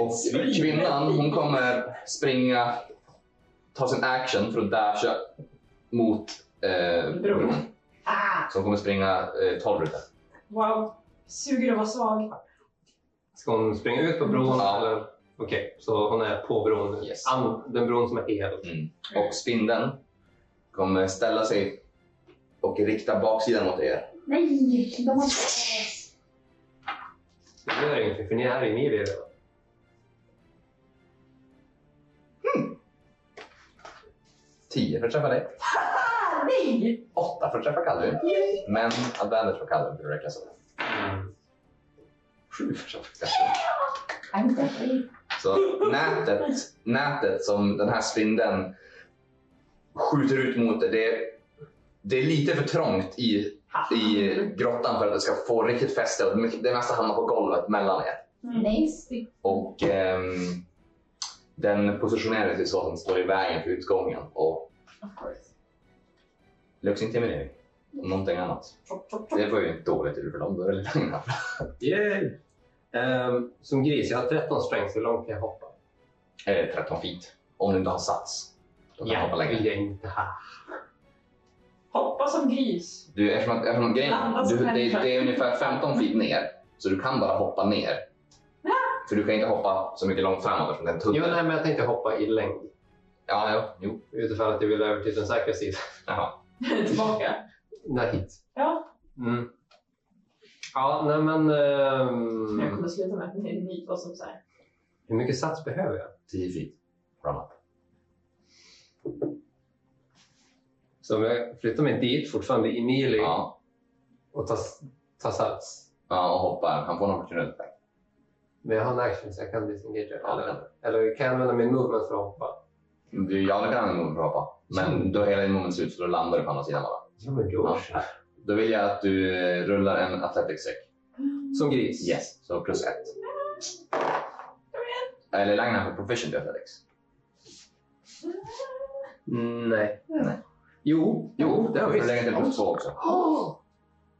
[SPEAKER 4] Och kvinnan hon kommer springa, ta sin action för att dasha mot eh,
[SPEAKER 2] Bron.
[SPEAKER 4] bron.
[SPEAKER 2] Ah,
[SPEAKER 4] Så hon kommer springa eh, 12 rutor.
[SPEAKER 2] wow. Suger att vara svag.
[SPEAKER 3] Ska hon springa ut på bron?
[SPEAKER 4] Ja.
[SPEAKER 3] eller? Okej, så hon är på bron nu.
[SPEAKER 4] Yes. Mm.
[SPEAKER 3] An- den bron som är hel.
[SPEAKER 4] Och spindeln kommer ställa sig och rikta baksidan mot er.
[SPEAKER 1] Nej! De har...
[SPEAKER 3] Det gör ingenting för ni är inne i det redan.
[SPEAKER 4] Tio för att träffa dig.
[SPEAKER 2] Ah, nej!
[SPEAKER 4] åtta för att träffa Calvin. Men advantage på Calvin, det räcker så. Sju för att träffa
[SPEAKER 1] I'm
[SPEAKER 4] Calvin.
[SPEAKER 1] deadly.
[SPEAKER 4] Så nätet, nätet som den här spindeln skjuter ut mot dig, det, det är lite för trångt i, i grottan för att det ska få riktigt fäste. Och mycket- det mesta hamnar på golvet mellan er.
[SPEAKER 1] Nasty.
[SPEAKER 4] Mm. Och ehm, den positionerar sig så att den står i vägen för utgången. Och
[SPEAKER 1] Of course.
[SPEAKER 4] luxintimidering. Och någonting annat. Det var ju dåligt ur för dem. Då är det lite annorlunda.
[SPEAKER 3] Yay! Ehm, som gris, jag har 13 strängs. Hur långt kan jag hoppa?
[SPEAKER 4] Eh, 13 feet. Om du inte har sats. Då kan du hoppa längre.
[SPEAKER 3] vill jag inte här.
[SPEAKER 2] Hoppa som gris. [LAUGHS]
[SPEAKER 4] Du, eftersom, att- eftersom grejen,
[SPEAKER 2] Landa
[SPEAKER 4] du,
[SPEAKER 2] som
[SPEAKER 4] det,
[SPEAKER 2] människa.
[SPEAKER 4] det är ungefär 15 feet ner. Så du kan bara hoppa ner. För du kan inte hoppa så mycket långt framåt eftersom det är en
[SPEAKER 3] Jo,
[SPEAKER 4] tunnel.
[SPEAKER 3] nej, men jag tänkte hoppa i längd.
[SPEAKER 4] Ja, ja, jo.
[SPEAKER 3] Utifrån att jag vill över till den säkra sidan.
[SPEAKER 4] Jaha.
[SPEAKER 2] Tillbaka.
[SPEAKER 3] Nej, hit.
[SPEAKER 2] Ja,
[SPEAKER 3] Mm. Ja, nej men... ehm,
[SPEAKER 4] Mm.
[SPEAKER 2] jag kommer sluta med att ni ni två som så här.
[SPEAKER 3] hur mycket sats behöver jag?
[SPEAKER 4] 10 feet. Run up.
[SPEAKER 3] Så om jag flyttar mig dit, fortfarande i melee
[SPEAKER 4] Ja.
[SPEAKER 3] och tar, tar sats.
[SPEAKER 4] ja, och hoppar. Han får en opportunity attack.
[SPEAKER 3] Men jag har en action så jag kan disengagera.
[SPEAKER 4] Ja, det kan
[SPEAKER 3] eller, eller kan jag använda min movement för att hoppa?
[SPEAKER 4] Du, ja, du kan använda moment för att hoppa. Men då är hela din moment slut så då landar du på andra sidan bara.
[SPEAKER 3] Ja, men
[SPEAKER 4] Ja.
[SPEAKER 3] då.
[SPEAKER 4] Då vill jag att du eh, rullar en athletics check.
[SPEAKER 3] Som gris?
[SPEAKER 4] Yes. Så plus ett. Eller Lagna på proficient i athletics.
[SPEAKER 3] Mm, nej.
[SPEAKER 4] Nej.
[SPEAKER 3] Jo, jo, det har
[SPEAKER 4] vi. Du
[SPEAKER 3] vi.
[SPEAKER 4] lägger till plus två också.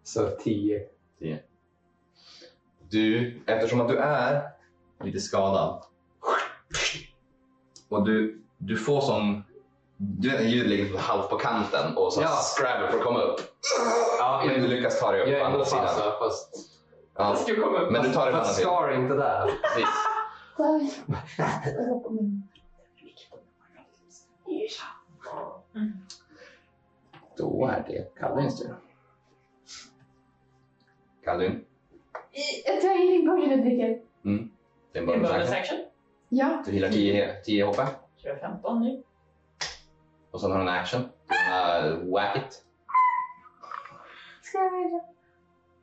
[SPEAKER 3] Så tio.
[SPEAKER 4] Du, eftersom att du är lite skadad och du, du får som... Du vet när ljudet ligger halvt på kanten och så
[SPEAKER 3] Ja.
[SPEAKER 4] scrabbar för att komma upp.
[SPEAKER 3] Ja,
[SPEAKER 4] Men du lyckas ta dig
[SPEAKER 3] jag
[SPEAKER 4] upp på
[SPEAKER 3] är
[SPEAKER 4] andra
[SPEAKER 3] ändå
[SPEAKER 4] sidan.
[SPEAKER 3] fast, ja, fast,
[SPEAKER 4] Ja,
[SPEAKER 2] Fast du kommer upp.
[SPEAKER 4] Men du tar det på andra
[SPEAKER 3] fast
[SPEAKER 4] sidan.
[SPEAKER 3] Scar är inte där.
[SPEAKER 4] Precis.
[SPEAKER 1] Där. Jag hoppar min.
[SPEAKER 4] Då är det Kalvins tur. Kalvin,
[SPEAKER 1] Jag tar in din burgare och dricker.
[SPEAKER 4] det är
[SPEAKER 2] Det är
[SPEAKER 4] bara
[SPEAKER 2] en
[SPEAKER 4] en
[SPEAKER 2] bonus
[SPEAKER 4] chans.
[SPEAKER 2] action.
[SPEAKER 1] Ja.
[SPEAKER 4] Du healar 10, 10 HP
[SPEAKER 2] Så jag är 15 nu.
[SPEAKER 4] och sen har du en action. Uh, whack it.
[SPEAKER 1] Ska jag välja?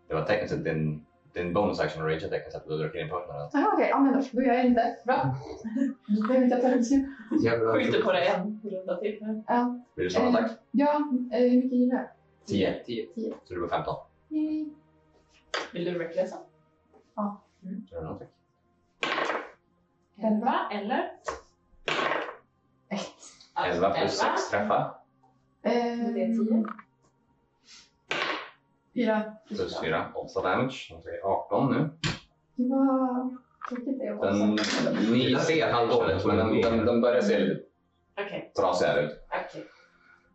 [SPEAKER 4] Det var tekniskt sett din, din bonus action och rage tekniskt sett. Du drar in partnern.
[SPEAKER 1] Jaha, okej. Ja, men då då gör jag inte. Bra. Då behöver inte jag ta det beslut.
[SPEAKER 3] Jävlar.
[SPEAKER 2] Skjuter på dig en runda till.
[SPEAKER 1] Ja.
[SPEAKER 4] Vill du slå en
[SPEAKER 1] Eh,
[SPEAKER 4] attack?
[SPEAKER 1] Ja, eh, hur mycket gillar jag?
[SPEAKER 4] 10.
[SPEAKER 3] Tio.
[SPEAKER 4] Så du får 15.
[SPEAKER 1] Yay.
[SPEAKER 2] Vill du recklessa?
[SPEAKER 4] Gör du någonting?
[SPEAKER 1] Elva.
[SPEAKER 2] eller?
[SPEAKER 1] Ett.
[SPEAKER 2] Alltså,
[SPEAKER 4] 11 plus 6 träffar.
[SPEAKER 1] Eh,
[SPEAKER 2] Det är 10.
[SPEAKER 1] Fyra.
[SPEAKER 4] Plus 4, 8 damage. Så det är 18 nu.
[SPEAKER 1] Det var tråkigt det jag var
[SPEAKER 4] Den,
[SPEAKER 1] så.
[SPEAKER 4] ni ser han dåligt, men den, den, den börjar se lite
[SPEAKER 2] Okej,
[SPEAKER 4] trasigare ut.
[SPEAKER 2] okej.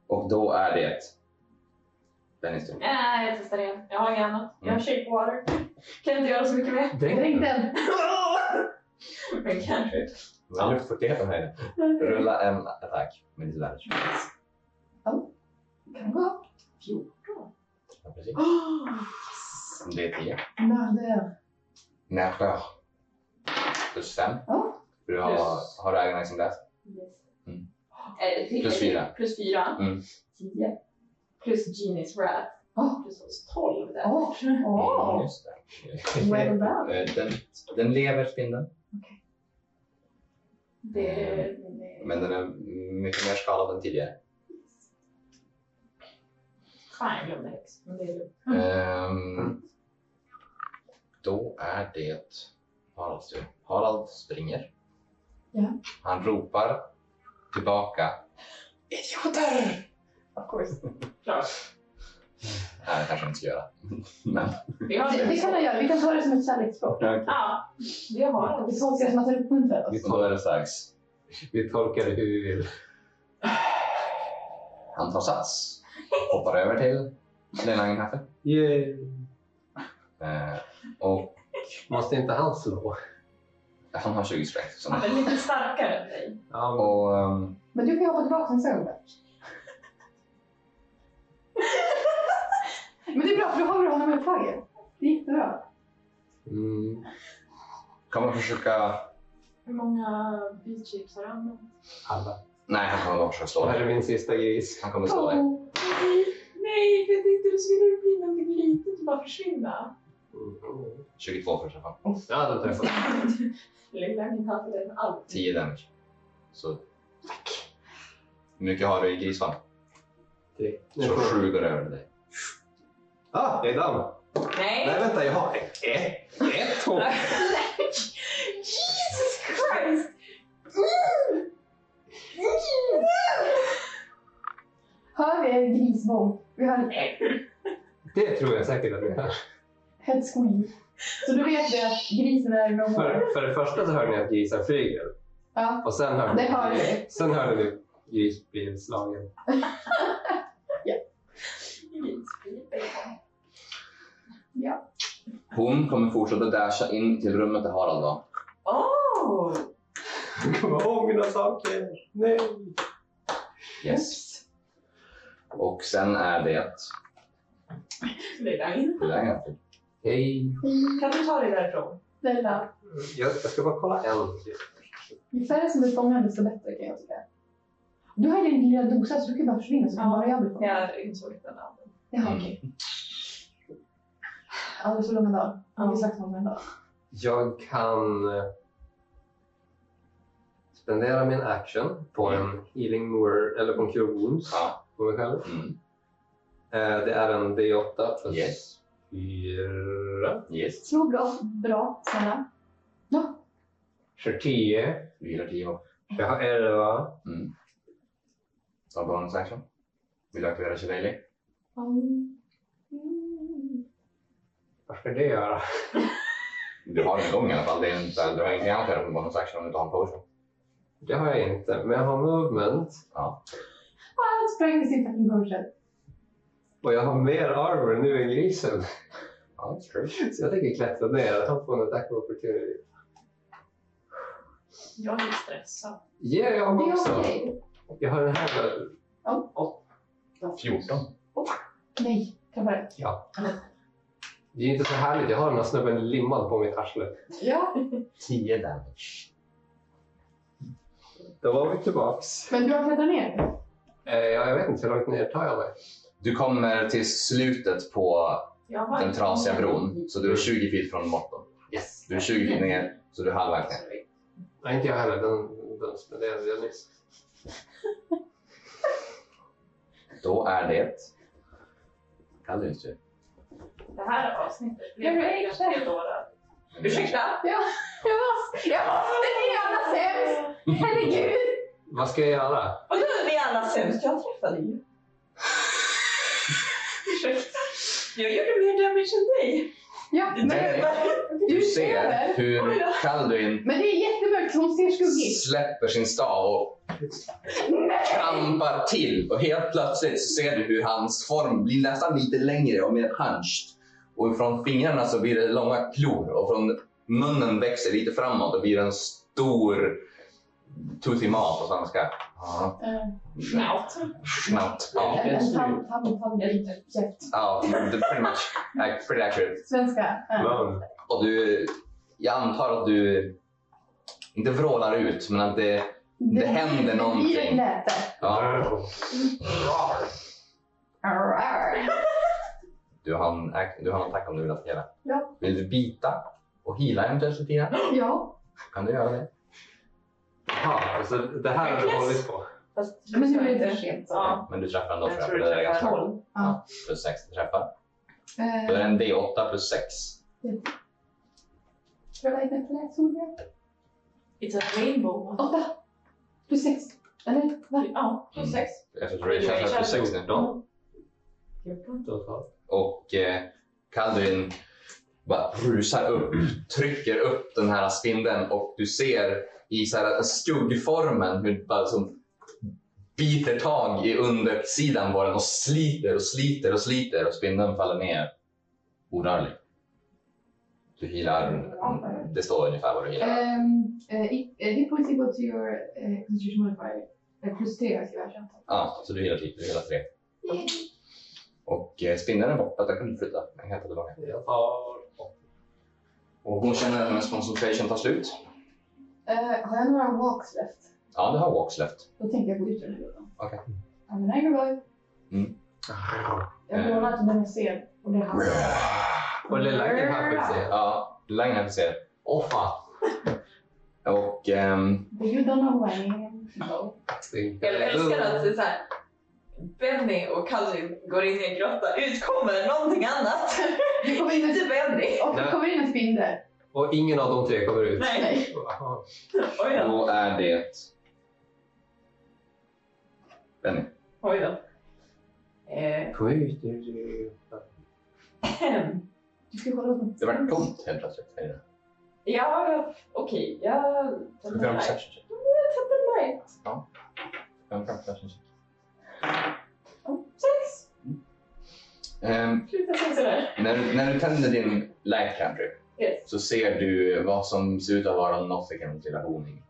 [SPEAKER 4] Och då är det Dennis tur.
[SPEAKER 2] Nej, Eh, jag testar igen. Jag har inget annat. Jag
[SPEAKER 4] Mm.
[SPEAKER 2] har shape water. Kan inte göra så mycket
[SPEAKER 4] [LAUGHS]
[SPEAKER 2] mer.
[SPEAKER 1] Dränk den.
[SPEAKER 2] Men kanske.
[SPEAKER 4] Du har gjort 41 av höjden. Rulla en attack med ditt damage.
[SPEAKER 1] Kan gå.
[SPEAKER 2] 14.
[SPEAKER 4] Ja, precis.
[SPEAKER 2] Oh,
[SPEAKER 4] Det är 10.
[SPEAKER 1] Nöde.
[SPEAKER 4] Nästa. Plus 5.
[SPEAKER 1] Ja.
[SPEAKER 4] Du har, har du agonizing blast?
[SPEAKER 2] yes.
[SPEAKER 4] Mm.
[SPEAKER 2] Eh, det-
[SPEAKER 4] Plus fyra.
[SPEAKER 2] Plus 4.
[SPEAKER 4] Mm.
[SPEAKER 2] 10. Plus Genies Wrath.
[SPEAKER 1] Åh.
[SPEAKER 2] Plus oss 12 där.
[SPEAKER 1] Åh.
[SPEAKER 4] Mm,
[SPEAKER 1] Åh.
[SPEAKER 4] just det. Mm. [LAUGHS]
[SPEAKER 1] Well done.
[SPEAKER 4] Eh, Den, den lever, spindeln.
[SPEAKER 2] Det är...
[SPEAKER 4] Men den är mycket mer skadad än tidigare.
[SPEAKER 2] Fan, jag glömde häx. Men det är lugnt.
[SPEAKER 1] Mm.
[SPEAKER 4] Ehm, då är det Haralds tur. Harald springer.
[SPEAKER 1] Ja.
[SPEAKER 4] Han ropar tillbaka. Idioter!
[SPEAKER 2] Of course. Klart.
[SPEAKER 4] Nej, det kanske jag inte ska göra. [LAUGHS] Men,
[SPEAKER 2] Vi har
[SPEAKER 1] Det, det kan jag göra. Vi kan ta det som ett kärleksspråk.
[SPEAKER 2] Ja, vi har
[SPEAKER 1] Vi
[SPEAKER 2] det.
[SPEAKER 1] tolkar det som att han uppmuntrar
[SPEAKER 4] vi
[SPEAKER 1] oss.
[SPEAKER 4] tar det strax.
[SPEAKER 3] Vi tolkar det hur vi vill.
[SPEAKER 4] Han tar sats. Hoppar över till Lenangkaffe.
[SPEAKER 3] Yay.
[SPEAKER 4] Eh, och
[SPEAKER 3] Måste inte han slå?
[SPEAKER 4] han har 20 strength. Så.
[SPEAKER 2] Han är lite starkare än dig.
[SPEAKER 3] Ja, men-
[SPEAKER 4] Och ehm,
[SPEAKER 1] Men du kan ju hoppa tillbaka nästa gång. Bert. [LAUGHS] Men det är bra för då håller du honom upptagen. Det gick bra.
[SPEAKER 3] mm.
[SPEAKER 4] kommer försöka...
[SPEAKER 2] Hur många beatchips har han? använt?
[SPEAKER 3] Alla.
[SPEAKER 4] Nej, han kommer bara försöka slå
[SPEAKER 3] Det här
[SPEAKER 4] dig.
[SPEAKER 3] är min sista gris.
[SPEAKER 4] Han kommer
[SPEAKER 1] Oh.
[SPEAKER 4] slå dig.
[SPEAKER 2] Nej, jag tänkte det skulle bli någonting litet och bara försvinna.
[SPEAKER 3] Mm.
[SPEAKER 4] 22 för att träffa.
[SPEAKER 3] Ja, den träffade.
[SPEAKER 2] Lilla min hade den allt.
[SPEAKER 4] 10 damage. Så... Hur mycket har du i grisfall?
[SPEAKER 3] Tre.
[SPEAKER 4] Så 7 går över till dig.
[SPEAKER 3] Ah, det är damm. Nej,
[SPEAKER 2] Nej!
[SPEAKER 3] vänta, jag har ett, ett
[SPEAKER 2] [LAUGHS]
[SPEAKER 3] hål.
[SPEAKER 2] Jesus Christ!
[SPEAKER 1] Hör vi en grisbomb? Vi hör en
[SPEAKER 3] Det tror jag säkert att det är.
[SPEAKER 1] head squeal. Så då vet vi att grisen är igång.
[SPEAKER 3] För, för det första så hörde ni att grisen flyger.
[SPEAKER 1] Ja,
[SPEAKER 3] Och sen hörde
[SPEAKER 1] det
[SPEAKER 3] ni,
[SPEAKER 1] hör vi.
[SPEAKER 3] sen hörde ni gris bli slagen.
[SPEAKER 4] Hon kommer fortsätta dasha in till rummet där Harald var.
[SPEAKER 2] Oh!
[SPEAKER 3] Du kommer ångra saker. Nej.
[SPEAKER 4] Yes. Och sen är det...
[SPEAKER 2] Lilla min.
[SPEAKER 4] Det där är ganska-
[SPEAKER 3] Hej.
[SPEAKER 2] Kan du ta dig därifrån?
[SPEAKER 1] Snälla.
[SPEAKER 3] Jag, jag ska bara kolla en till.
[SPEAKER 1] Ju färre som blir fångade desto bättre kan jag tycka. Du har ju din lilla dosa så du kan ju bara försvinna så kan
[SPEAKER 2] Ja.
[SPEAKER 1] bara jag bli fångad.
[SPEAKER 2] Jag insåg inte den andra.
[SPEAKER 1] Jaha, okej. Alldeles för långa dagar. Alldeles för långa dagar.
[SPEAKER 3] Jag kan eh, spendera min action på en healing word, eller på en cure wounds
[SPEAKER 4] Ja.
[SPEAKER 3] på mig själv.
[SPEAKER 4] Mm.
[SPEAKER 3] Eh, Det är en D8 plus
[SPEAKER 4] Yes.
[SPEAKER 3] 4.
[SPEAKER 4] Yes.
[SPEAKER 1] Slå bra, bra, snälla. Ja,
[SPEAKER 3] För 10.
[SPEAKER 4] Du gillar 10 hopp.
[SPEAKER 3] Jag har 11.
[SPEAKER 4] Ta bonus action. Vill du aktivera Chevalier?
[SPEAKER 1] Mm. Mm.
[SPEAKER 3] Vad ska det göra?
[SPEAKER 4] Du har den igång i alla fall. Det är inte, du har ingenting annat att göra på bonus action om du inte har en potion.
[SPEAKER 3] Det har jag inte, men jag har movement
[SPEAKER 1] Han sprang med sin fucking bullshit.
[SPEAKER 3] och jag har mer armor nu än grisen.
[SPEAKER 4] Ja, that's true.
[SPEAKER 3] Så jag tänker klättra ner. Han får en attack of opportunity.
[SPEAKER 2] Jag är stressad.
[SPEAKER 3] Yeah, jag
[SPEAKER 1] Det
[SPEAKER 3] har
[SPEAKER 1] är
[SPEAKER 3] också.
[SPEAKER 1] okej.
[SPEAKER 3] Jag har den här.
[SPEAKER 4] 14.
[SPEAKER 1] Nej, träffa det.
[SPEAKER 3] Ja. Det är inte så härligt. Jag har den här snubben limmad på mitt arsle.
[SPEAKER 1] Ja,
[SPEAKER 4] 10 damage.
[SPEAKER 3] Då var vi tillbaks.
[SPEAKER 1] men du har klättrat ner.
[SPEAKER 3] Eh, ja, jag vet inte hur långt ner tar jag mig.
[SPEAKER 4] Du kommer till slutet på
[SPEAKER 2] Jag har
[SPEAKER 4] den trasiga bron. Så du är 20 feet från botten.
[SPEAKER 3] Yes.
[SPEAKER 4] Du är 20 feet ner, så du är halvvägs ner.
[SPEAKER 3] Nej, inte jag heller. Den, den spenderade jag nyss.
[SPEAKER 4] Då är det... Kalduns tur.
[SPEAKER 2] Det här avsnittet blev
[SPEAKER 1] Jag är
[SPEAKER 2] ganska dårat. Ursäkta?
[SPEAKER 1] Jag måste, jag måste, det är alla sämst! Herregud!
[SPEAKER 3] Vad ska jag göra?
[SPEAKER 2] Och nu är vi alla sämst. Jag träffade ju. Ursäkta. Jag gjorde mer damage än dig.
[SPEAKER 1] Ja, men,
[SPEAKER 4] Du
[SPEAKER 1] Du
[SPEAKER 4] ser
[SPEAKER 1] ser.
[SPEAKER 4] hur Kalduin
[SPEAKER 1] men det är jättemörkt så hon ser skuggigt.
[SPEAKER 4] släpper sin stav och krampar till. Och helt plötsligt så ser du hur hans form blir nästan lite längre och mer hunched. Och från fingrarna så blir det långa klor och från munnen växer lite framåt och blir en stor tutimat på svenska. Ja,
[SPEAKER 1] Eh,
[SPEAKER 2] Snout.
[SPEAKER 4] Schnaut. Ja,
[SPEAKER 1] En en tand, tand, tand, käft.
[SPEAKER 4] ja, det- pretty much. Ac- Pretty accurate.
[SPEAKER 1] Svenska. eh.
[SPEAKER 3] Mun.
[SPEAKER 4] Och du, jag antar att du inte vrålar ut, men att det... Det händer någonting.
[SPEAKER 1] I ett läte.
[SPEAKER 4] Ja, du har en, act- du har en attack om du vill attackera.
[SPEAKER 1] Ja.
[SPEAKER 4] Vill du bita och heala eventuellt Sofia?
[SPEAKER 1] Ja,
[SPEAKER 4] Kan du göra det?
[SPEAKER 3] Jaha, så det här har du hållit på?
[SPEAKER 2] Fast
[SPEAKER 1] Men nu
[SPEAKER 2] jag
[SPEAKER 1] är det
[SPEAKER 2] inte-
[SPEAKER 1] för sent.
[SPEAKER 2] Ja,
[SPEAKER 4] Men du träffar ändå
[SPEAKER 2] jag tror
[SPEAKER 4] tror jag. för
[SPEAKER 2] du
[SPEAKER 4] Det är ganska
[SPEAKER 2] träffar
[SPEAKER 4] bra.
[SPEAKER 2] tolv.
[SPEAKER 1] Ja.
[SPEAKER 4] Plus 6 träffar. Då är det
[SPEAKER 1] Eh,
[SPEAKER 4] en D8 plus 6.
[SPEAKER 1] Rulla in en fläck, Solbjörn.
[SPEAKER 2] It's a rainbow.
[SPEAKER 1] Åtta! Plus sex. Eller? Va?
[SPEAKER 2] Ja,
[SPEAKER 4] Mm.
[SPEAKER 2] plus sex.
[SPEAKER 4] Eftersom du träffar plus 6 nu.
[SPEAKER 3] Ja. Jag kan inte åtala.
[SPEAKER 4] Och eh, Kalduin bara rusar upp, trycker upp den här spindeln och du ser i så här skuggformen hur det bara som biter tag i undersidan på den och sliter och sliter och sliter och spindeln faller ner orörlig. Du healar, det står ungefär vad du healar.
[SPEAKER 1] Um, uh, hit points equal to your uh, constitution modifier. Eh, plus tre ska jag köra.
[SPEAKER 4] Ja, så du healar typ, du healar tre. Och eh, spindeln är borta, den kan du flytta. Den kan jag ta tillbaka.
[SPEAKER 3] Jag tar...
[SPEAKER 4] Och hon känner att hennes concentration tar slut.
[SPEAKER 1] Eh, har jag några walks left?
[SPEAKER 4] Ja, du har walks left.
[SPEAKER 1] Då tänker jag gå ut ur den här gruppen.
[SPEAKER 4] Okej.
[SPEAKER 1] I'm an angry boy. Jag
[SPEAKER 4] Eh.
[SPEAKER 1] lånar till den jag ser. Och det är han.
[SPEAKER 3] Och lilla Agnes här får vi se.
[SPEAKER 4] Ja, längre än se.
[SPEAKER 3] Åh fan!
[SPEAKER 4] Och ehm,
[SPEAKER 1] But you don't know who I am. No.
[SPEAKER 2] Jag älskar att det är så här. Benny och Calvin går in i en grotta, utkommer någonting annat. [LAUGHS]
[SPEAKER 1] Det kommer in en,
[SPEAKER 2] Inte Benny.
[SPEAKER 1] och det kommer in en spindel.
[SPEAKER 3] Och ingen av de tre kommer ut.
[SPEAKER 2] Nej.
[SPEAKER 3] Jaha.
[SPEAKER 2] Oj då.
[SPEAKER 4] då är det... Benny.
[SPEAKER 2] Oj då. Eh,
[SPEAKER 3] Kom ut nu.
[SPEAKER 1] Du ska kolla på
[SPEAKER 4] Det var tomt helt plötsligt. här inne.
[SPEAKER 2] ja, okej. Jag tänder
[SPEAKER 4] Fem,
[SPEAKER 2] light.
[SPEAKER 4] sex.
[SPEAKER 2] Jag tänder light.
[SPEAKER 4] Fem, fem, fem, sex.
[SPEAKER 2] Sex.
[SPEAKER 4] Ehm,
[SPEAKER 2] Sluta säga sådär.
[SPEAKER 4] när, du- när du tänder din light country
[SPEAKER 2] Yes.
[SPEAKER 4] så ser du vad som ser ut att vara en Nothican till honing.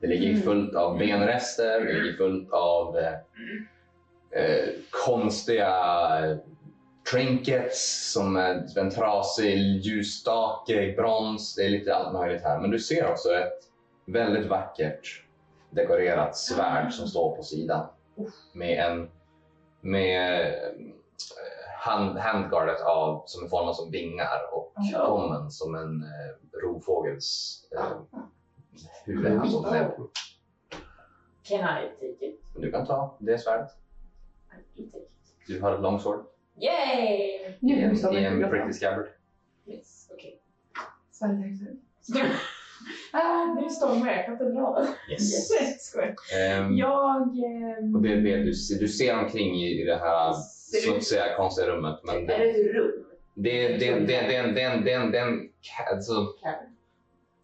[SPEAKER 4] Det ligger
[SPEAKER 1] Mm.
[SPEAKER 4] fullt av benrester, det ligger fullt av eh, eh, konstiga trinkets som är en trasig ljusstake i brons. Det är lite allt möjligt här. Men du ser också ett väldigt vackert dekorerat svärd som står på sidan med en med eh, hand, handgardet av som är format som vingar och
[SPEAKER 2] Ja.
[SPEAKER 4] gommen som en eh, rovfågels eh, huvud. Alltså, den är-
[SPEAKER 2] Can I take it?
[SPEAKER 4] du kan ta det svärdet.
[SPEAKER 2] I can take it.
[SPEAKER 4] Du har ett longsword.
[SPEAKER 2] Yay!
[SPEAKER 1] Nu
[SPEAKER 4] I
[SPEAKER 1] är
[SPEAKER 4] en,
[SPEAKER 1] vi så
[SPEAKER 4] i
[SPEAKER 1] mycket
[SPEAKER 4] en
[SPEAKER 1] grottan.
[SPEAKER 4] pretty scabbard.
[SPEAKER 2] Yes, okej.
[SPEAKER 1] Sverige.
[SPEAKER 2] Ah, nu stormar jag katedralen. Yes. Skojar.
[SPEAKER 4] Ehm,
[SPEAKER 2] Jag... ehm,
[SPEAKER 4] och det är alltså det du, ser- du ser omkring i, i det här
[SPEAKER 2] Ser du-
[SPEAKER 4] smutsiga konstiga rummet. Men
[SPEAKER 2] Är det
[SPEAKER 4] det,
[SPEAKER 2] ett rum?
[SPEAKER 4] det, det, det, det, det, det, det, det, alltså,
[SPEAKER 2] Cavern.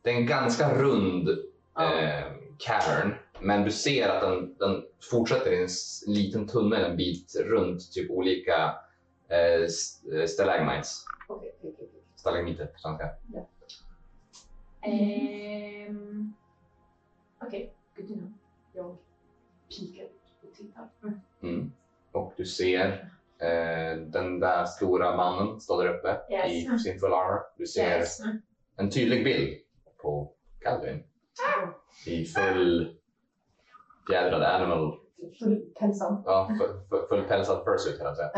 [SPEAKER 4] det är en ganska rund
[SPEAKER 2] Ja.
[SPEAKER 4] eh, cavern. Men du ser att den, den fortsätter i en s- liten tunnel en bit runt typ olika eh, s- eh, stalagmites.
[SPEAKER 2] Okej, okej, okej. okej.
[SPEAKER 4] Stalagmiter på svenska.
[SPEAKER 2] Ehm, Okej, good to know. Jag pikar ut och tittar.
[SPEAKER 4] Mm. Och du ser eh, den där stora mannen stå där uppe i
[SPEAKER 2] Yes.
[SPEAKER 4] sin full armor. Du ser
[SPEAKER 2] Yes.
[SPEAKER 4] en tydlig bild på Calvin
[SPEAKER 2] Ah.
[SPEAKER 4] i full fjädrad animal,
[SPEAKER 1] Full pälsan.
[SPEAKER 4] ja, fu- fu- fullpälsad fursuit kan jag säga.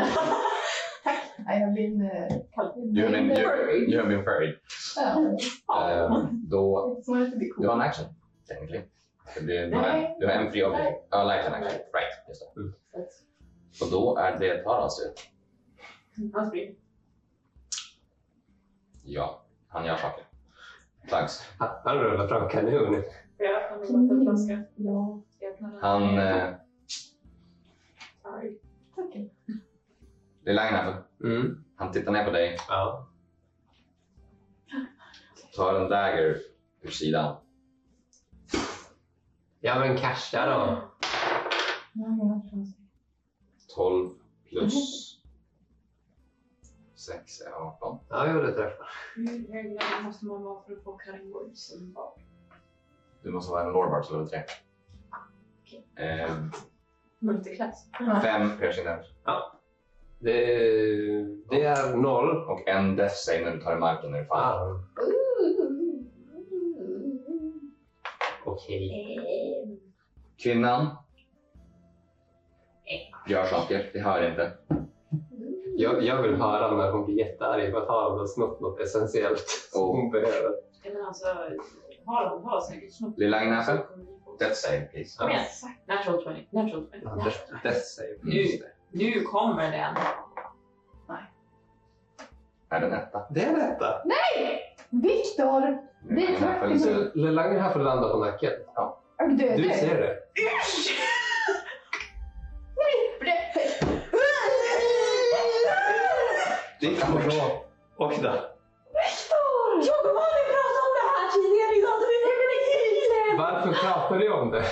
[SPEAKER 1] I have been... Uh,
[SPEAKER 4] You have been, you,
[SPEAKER 2] Furry.
[SPEAKER 4] you have been furried.
[SPEAKER 1] uh,
[SPEAKER 4] Eh, då,
[SPEAKER 1] som är lite
[SPEAKER 4] du har en
[SPEAKER 1] cool.
[SPEAKER 4] action, technically. För Du, du, har, en- du har en fri avdelning. Ja, light and action. Right, just det. Och då är det Taras tur.
[SPEAKER 2] Han springer.
[SPEAKER 4] Ja, han gör saker. Dags.
[SPEAKER 3] Han rullar fram kanonen.
[SPEAKER 2] Ja, han har en flaska.
[SPEAKER 1] Ja,
[SPEAKER 2] Jag öppnar den.
[SPEAKER 4] [LAUGHS] Han... Eh,
[SPEAKER 2] Sorry.
[SPEAKER 1] tack.
[SPEAKER 4] Det är Lagnaf.
[SPEAKER 3] Mm.
[SPEAKER 4] Han tittar ner på dig,
[SPEAKER 3] Ja.
[SPEAKER 4] tar en dagger ur sidan.
[SPEAKER 3] ja, men casha då.
[SPEAKER 1] Ja, jag har förstått.
[SPEAKER 4] 12 plus 6 är 18.
[SPEAKER 3] Ja, jag gjorde träffar.
[SPEAKER 2] Hur hög level måste man vara för att få Karingborg som barn?
[SPEAKER 4] Du måste vara en lordbard så level 3. 5
[SPEAKER 2] Multiklass.
[SPEAKER 4] Eh, piercing damage
[SPEAKER 3] Det, det är noll.
[SPEAKER 4] och en death save när du tar i marken när du faller.
[SPEAKER 3] Ah, Okej.
[SPEAKER 2] Ehm,
[SPEAKER 4] Kvinnan gör saker, det hör jag inte.
[SPEAKER 3] Jag, jag vill höra när hon blir jättearg för att Harald har snott något essentiellt som hon behöver.
[SPEAKER 2] Nej men alltså, har han har säkert snott.
[SPEAKER 4] Lilla Agnese?
[SPEAKER 2] kommer vi få
[SPEAKER 4] Death save please.
[SPEAKER 2] Kom igen. Natural 20. Natural 20.
[SPEAKER 3] Ja, death- Death save.
[SPEAKER 2] Nu.
[SPEAKER 3] Just det.
[SPEAKER 2] Nu kommer den.
[SPEAKER 4] Är den etta?
[SPEAKER 3] Det är detta!
[SPEAKER 1] Viktor!
[SPEAKER 4] Nu
[SPEAKER 1] Det är
[SPEAKER 4] kan jag
[SPEAKER 1] klart
[SPEAKER 4] följa
[SPEAKER 1] det
[SPEAKER 4] sig.
[SPEAKER 1] är.
[SPEAKER 3] Lelang är här för att landa på nacken.
[SPEAKER 1] Är du död?
[SPEAKER 3] Du ser det.
[SPEAKER 2] Usch!
[SPEAKER 4] Det kan vara bra.
[SPEAKER 3] Och där.
[SPEAKER 2] Viktor! Jag och Malin pratade om det här tidigare idag. Du är nämligen killen!
[SPEAKER 3] Varför pratar du om det?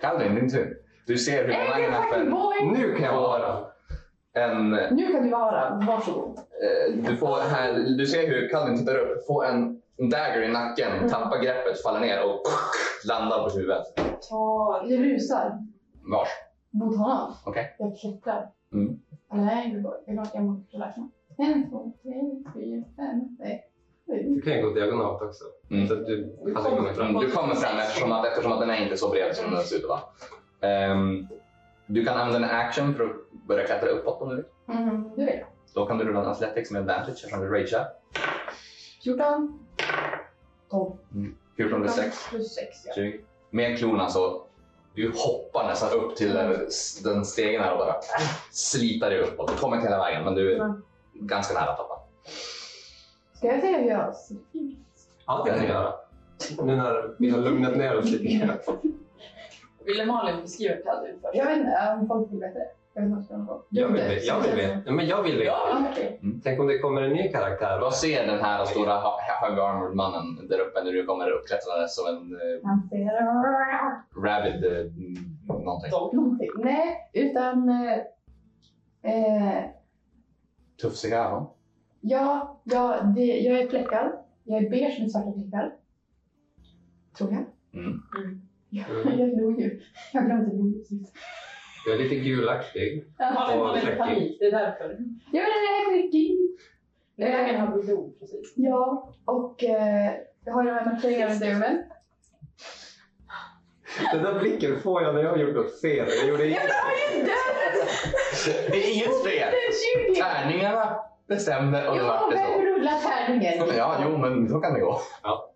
[SPEAKER 4] Calvin, din tur. Du ser hur
[SPEAKER 1] Är
[SPEAKER 4] Lelang
[SPEAKER 1] du fucking
[SPEAKER 4] får
[SPEAKER 1] boy?
[SPEAKER 3] Nu kan jag vara.
[SPEAKER 4] en... eh,
[SPEAKER 1] Nu kan du vara. Varsågod.
[SPEAKER 4] Du, får här, du ser hur Calvin tittar upp, får en dagger i
[SPEAKER 1] Mm.
[SPEAKER 4] nacken, tappar greppet, faller ner och landar på huvudet.
[SPEAKER 2] Ta...
[SPEAKER 1] Jag rusar
[SPEAKER 4] Vars?
[SPEAKER 1] mot honom.
[SPEAKER 4] Okej.
[SPEAKER 1] Jag klättrar.
[SPEAKER 4] Mm.
[SPEAKER 1] Eller nej, det går- det går- jag måste räkna. En, två, tre, fyra, fem, sex, sju.
[SPEAKER 3] Du kan gå diagonalt också.
[SPEAKER 4] Mm.
[SPEAKER 3] Så att du alltså,
[SPEAKER 2] Vi
[SPEAKER 3] hade
[SPEAKER 2] kommer
[SPEAKER 3] kommit fram.
[SPEAKER 4] Mm, Du kommer fram eftersom att, eftersom att den är inte så bred som den ser ut att vara. Ehm, du kan använda en action för att börja klättra uppåt om du vill.
[SPEAKER 1] Mm, det vet jag.
[SPEAKER 4] Då kan du rulla en athletics med advantage eftersom du ragear.
[SPEAKER 1] 14. 12.
[SPEAKER 4] 14 plus 6,
[SPEAKER 1] Plus 6, ja.
[SPEAKER 4] 20. Alltså, Med klorna så du hoppar nästan upp till den, den stegen här och bara slitar dig uppåt. Du kommer inte hela vägen men du är
[SPEAKER 1] Mm.
[SPEAKER 4] ganska nära att tappa.
[SPEAKER 1] Ska jag säga hur jag ser ut?
[SPEAKER 3] Ja, det kan jag göra. Nu när vi har lugnat ner oss lite grann.
[SPEAKER 2] Ville Malin beskriva Kalvin först?
[SPEAKER 1] Jag vet inte om folk vill veta det. Jag vet inte om jag ska
[SPEAKER 3] Jag vill det. Jag vill det. Ja, men jag vill det.
[SPEAKER 2] Ja.
[SPEAKER 3] Tänk om det kommer en ny karaktär.
[SPEAKER 4] Vad ser den här stora ha- högarmad mannen där uppe när du kommer uppklättrande som en eh,
[SPEAKER 1] Han säger
[SPEAKER 4] rabid eh, någonting?
[SPEAKER 1] någonting. Nej, utan... eh, Eh,
[SPEAKER 4] Tufsiga ögon?
[SPEAKER 1] ja, ja det, jag är fläckad. Jag är beige med svarta fläckar. Tror jag. [LAUGHS]
[SPEAKER 4] Mm.
[SPEAKER 2] Mm.
[SPEAKER 1] Ja,
[SPEAKER 3] Mm.
[SPEAKER 1] jag log ju. Jag glömde lodjuret.
[SPEAKER 3] Jag är lite gulaktig.
[SPEAKER 1] Ja.
[SPEAKER 2] Malin har
[SPEAKER 3] Åh,
[SPEAKER 2] lite
[SPEAKER 3] tack.
[SPEAKER 2] panik, det är därför.
[SPEAKER 1] Jag menar, det här är mycket.
[SPEAKER 2] Lägen har blivit ord precis.
[SPEAKER 1] Ja, och eh, jag har ju de här markeringarna under ögonen.
[SPEAKER 3] Den där blicken får jag när jag har gjort något fel. Jag gjorde
[SPEAKER 1] Ja, men det har ju dött!
[SPEAKER 4] Det är inget fel!
[SPEAKER 1] Den 20!
[SPEAKER 4] Tärningarna bestämde och det
[SPEAKER 1] Ja,
[SPEAKER 4] vart det
[SPEAKER 1] vem
[SPEAKER 4] så.
[SPEAKER 1] rullar tärningen?
[SPEAKER 4] Ja, jo, men så kan det gå.
[SPEAKER 1] Ja,